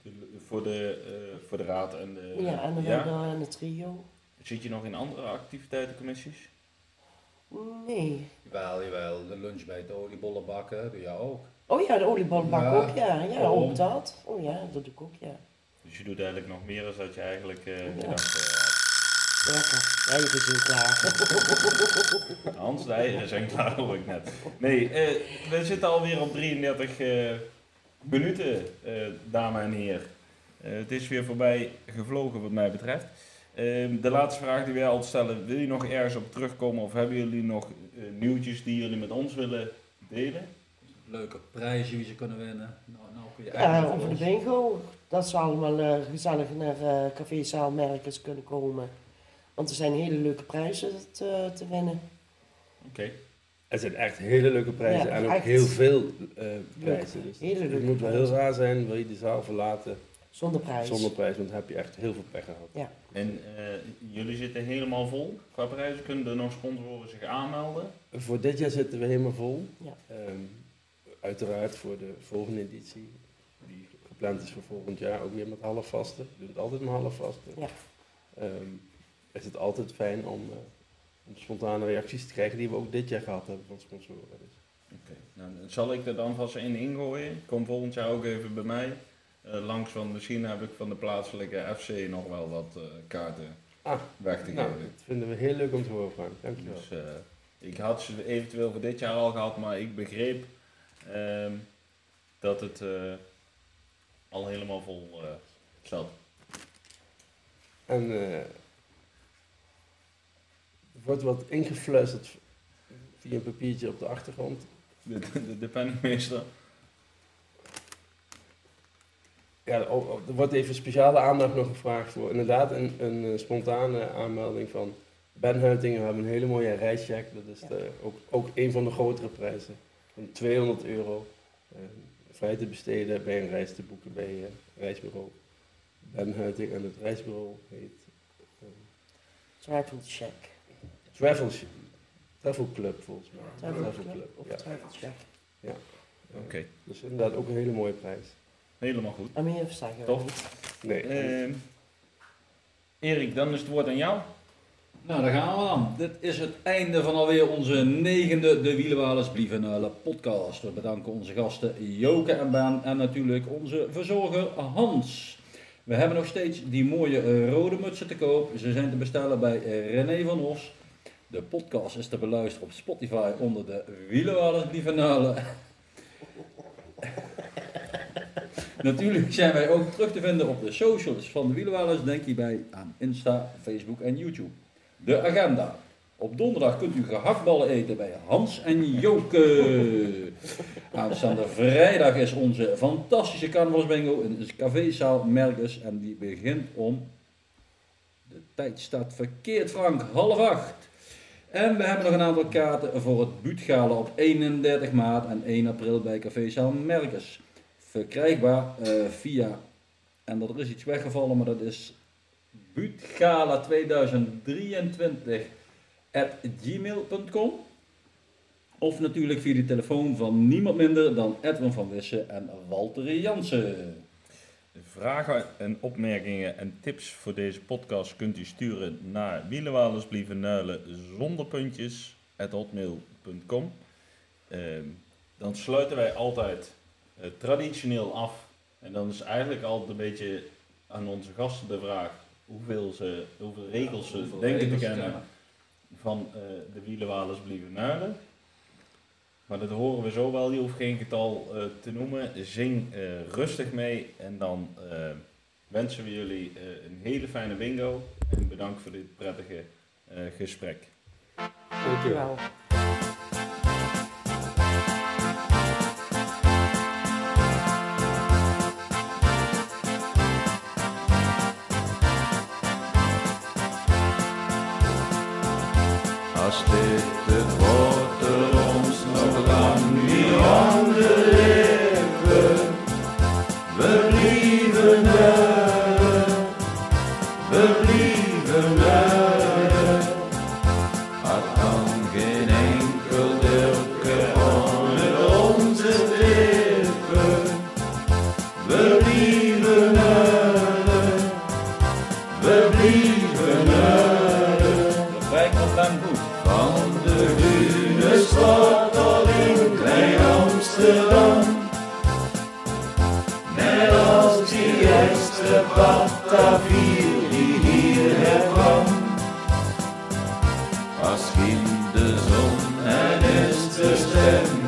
Speaker 1: de- voor, de, eh, voor de raad en de...
Speaker 4: ja, en de ja. en de trio.
Speaker 1: Zit je nog in andere activiteitencommissies?
Speaker 4: Nee.
Speaker 2: Jawel, jawel. De lunch bij het oliebollenbak, hè, doe jij ook.
Speaker 4: Oh ja, de oliebollenbak
Speaker 2: Ja.
Speaker 4: ook, ja. Ja,
Speaker 2: Waarom?
Speaker 4: ook dat. Oh ja, dat doe ik ook, ja.
Speaker 1: Dus je doet eigenlijk nog meer dan dat je eigenlijk eh,
Speaker 4: Ja.
Speaker 1: gedacht eh,
Speaker 4: Lekker. Ja, je kunt het klaar.
Speaker 1: had. Hans, de eieren zijn klaar, hoor ik net. Nee, eh, we zitten alweer op 33 eh, minuten, eh dames en heren. Eh, het is weer voorbij gevlogen wat mij betreft. Ehm, de laatste vraag die wij altijd stellen, wil je nog ergens op terugkomen of hebben jullie nog eh, nieuwtjes die jullie met ons willen delen?
Speaker 2: Leuke prijzen die ze kunnen winnen. Nou, nou kun je
Speaker 4: Ja,
Speaker 2: eigenlijk
Speaker 4: over Eh, de bingo. Dat ze allemaal eh, gezellig naar eh cafézaal Merkers kunnen komen. Want er zijn hele leuke prijzen te, te winnen.
Speaker 1: Oké.
Speaker 3: Er zijn echt hele leuke prijzen
Speaker 4: Ja,
Speaker 3: en ook
Speaker 4: echt.
Speaker 3: heel veel eh, prijzen. Dus
Speaker 4: Hele
Speaker 3: het
Speaker 4: leuke
Speaker 3: moet wel heel
Speaker 4: prijzen.
Speaker 3: raar zijn, wil je die zaal verlaten
Speaker 4: Zonder prijs.
Speaker 3: zonder prijs, want dan heb je echt heel veel pech gehad.
Speaker 1: En eh, jullie zitten helemaal vol qua prijzen. Kunnen er nog sponsoren zich aanmelden?
Speaker 3: Voor dit jaar zitten we helemaal vol.
Speaker 4: Ja.
Speaker 3: Ehm, uiteraard voor de volgende editie, die gepland is voor volgend jaar, ook weer met halfvasten. We doen het altijd met halfvasten.
Speaker 4: Ja.
Speaker 3: Ehm, is het altijd fijn om, eh, om spontane reacties te krijgen die we ook dit jaar gehad hebben van sponsoren. Dus
Speaker 1: Oké, nou, zal ik er dan vast in ingooien? Kom volgend jaar ook even bij mij eh, langs, want misschien heb ik van de plaatselijke FC nog wel wat eh, kaarten
Speaker 3: Ah,
Speaker 1: weg te
Speaker 3: nou,
Speaker 1: geven.
Speaker 3: dat vinden we heel leuk om te horen, Frank. Dankjewel.
Speaker 1: Dus, eh, ik had ze eventueel voor dit jaar al gehad, maar ik begreep ehm, dat het eh, al helemaal vol eh, zat.
Speaker 3: En eh, er wordt wat ingefluisterd via een papiertje op de achtergrond.
Speaker 1: De, de, de penningmeester.
Speaker 3: Ja, er- er wordt even speciale aandacht nog gevraagd voor inderdaad een, een eh, spontane aanmelding van Ben Huitingen. We hebben een hele mooie reischeck. Dat is
Speaker 4: Ja.
Speaker 3: de- ook, ook een van de grotere prijzen. Van 200 euro. eh, vrij te besteden bij een reis te boeken bij eh, reisbureau. Ben Huiting en het reisbureau heet eh,
Speaker 4: Twijfelcheck.
Speaker 3: Travel, Travel Club volgens mij.
Speaker 4: Twijfelcheck. Of
Speaker 3: ja.
Speaker 4: twijfelcheck.
Speaker 1: Oké,
Speaker 3: Dus inderdaad ook een hele mooie prijs.
Speaker 1: helemaal goed.
Speaker 4: En meer versta ik
Speaker 1: Toch?
Speaker 4: niet.
Speaker 3: Nee.
Speaker 1: Ehm, Erik, dan is het woord aan jou.
Speaker 2: Nou, daar gaan we dan. Dit is het einde van alweer onze negende De Wielenwalers Blievenhuilen podcast. We bedanken onze gasten Joke en Baan en natuurlijk onze verzorger Hans. We hebben nog steeds die mooie eh, rode mutsen te koop. Ze zijn te bestellen bij eh, René van Os. De podcast is te beluisteren op Spotify onder de Wielenwalers Blievenhuilen. [LAUGHS] Natuurlijk zijn wij ook terug te vinden op de socials van de Wielenwalers. Denk hierbij aan Insta, Facebook en YouTube. De agenda. Op donderdag kunt u gehaktballen eten bij Hans en Joke. Aanstaande vrijdag is onze fantastische carnavalsbingo in cafézaal Merkers. En die begint om... De tijd staat verkeerd, Frank. Half acht. En we hebben nog een aantal kaarten voor het buutgala op 31 maart en 1 april bij cafézaal Merkers. Verkrijgbaar eh, via... En dat er is iets weggevallen, maar dat is buutgala 2023 at gmail.com of natuurlijk via de telefoon van niemand minder dan Edwin van Wissen en Walter Jansen.
Speaker 1: Vragen en opmerkingen en tips voor deze podcast kunt u sturen naar wielenwalersblievennuilen zonder puntjes at hotmail.com. Ehm, dan sluiten wij altijd eh, traditioneel af. En dan is eigenlijk altijd een beetje aan onze gasten de vraag: hoeveel, ze, hoeveel regels eh, ze
Speaker 2: Hoeveel
Speaker 1: denken
Speaker 2: regels
Speaker 1: te
Speaker 2: ze
Speaker 1: kennen van eh, de wielenwalers Blievenaarden. Maar dat horen we zo wel, je hoeft geen getal eh, te noemen. Zing eh, rustig mee en dan eh, wensen we jullie eh, een hele fijne bingo. En bedankt voor dit prettige eh, gesprek.
Speaker 3: Dankjewel.
Speaker 4: Dankjewel.
Speaker 5: Als dit de wortel ons nog lang niet onderleven, we blieven er, we blieven er. Had dan geen enkel deelke aan het onze leven, we blieven er, we blieven er.
Speaker 2: Dat wijkt nog lang goed.
Speaker 5: Van de Dune stad al in klein Amsterdam. Net als die eerste Batavier die hierher kwam. Als ging de zon en is de stem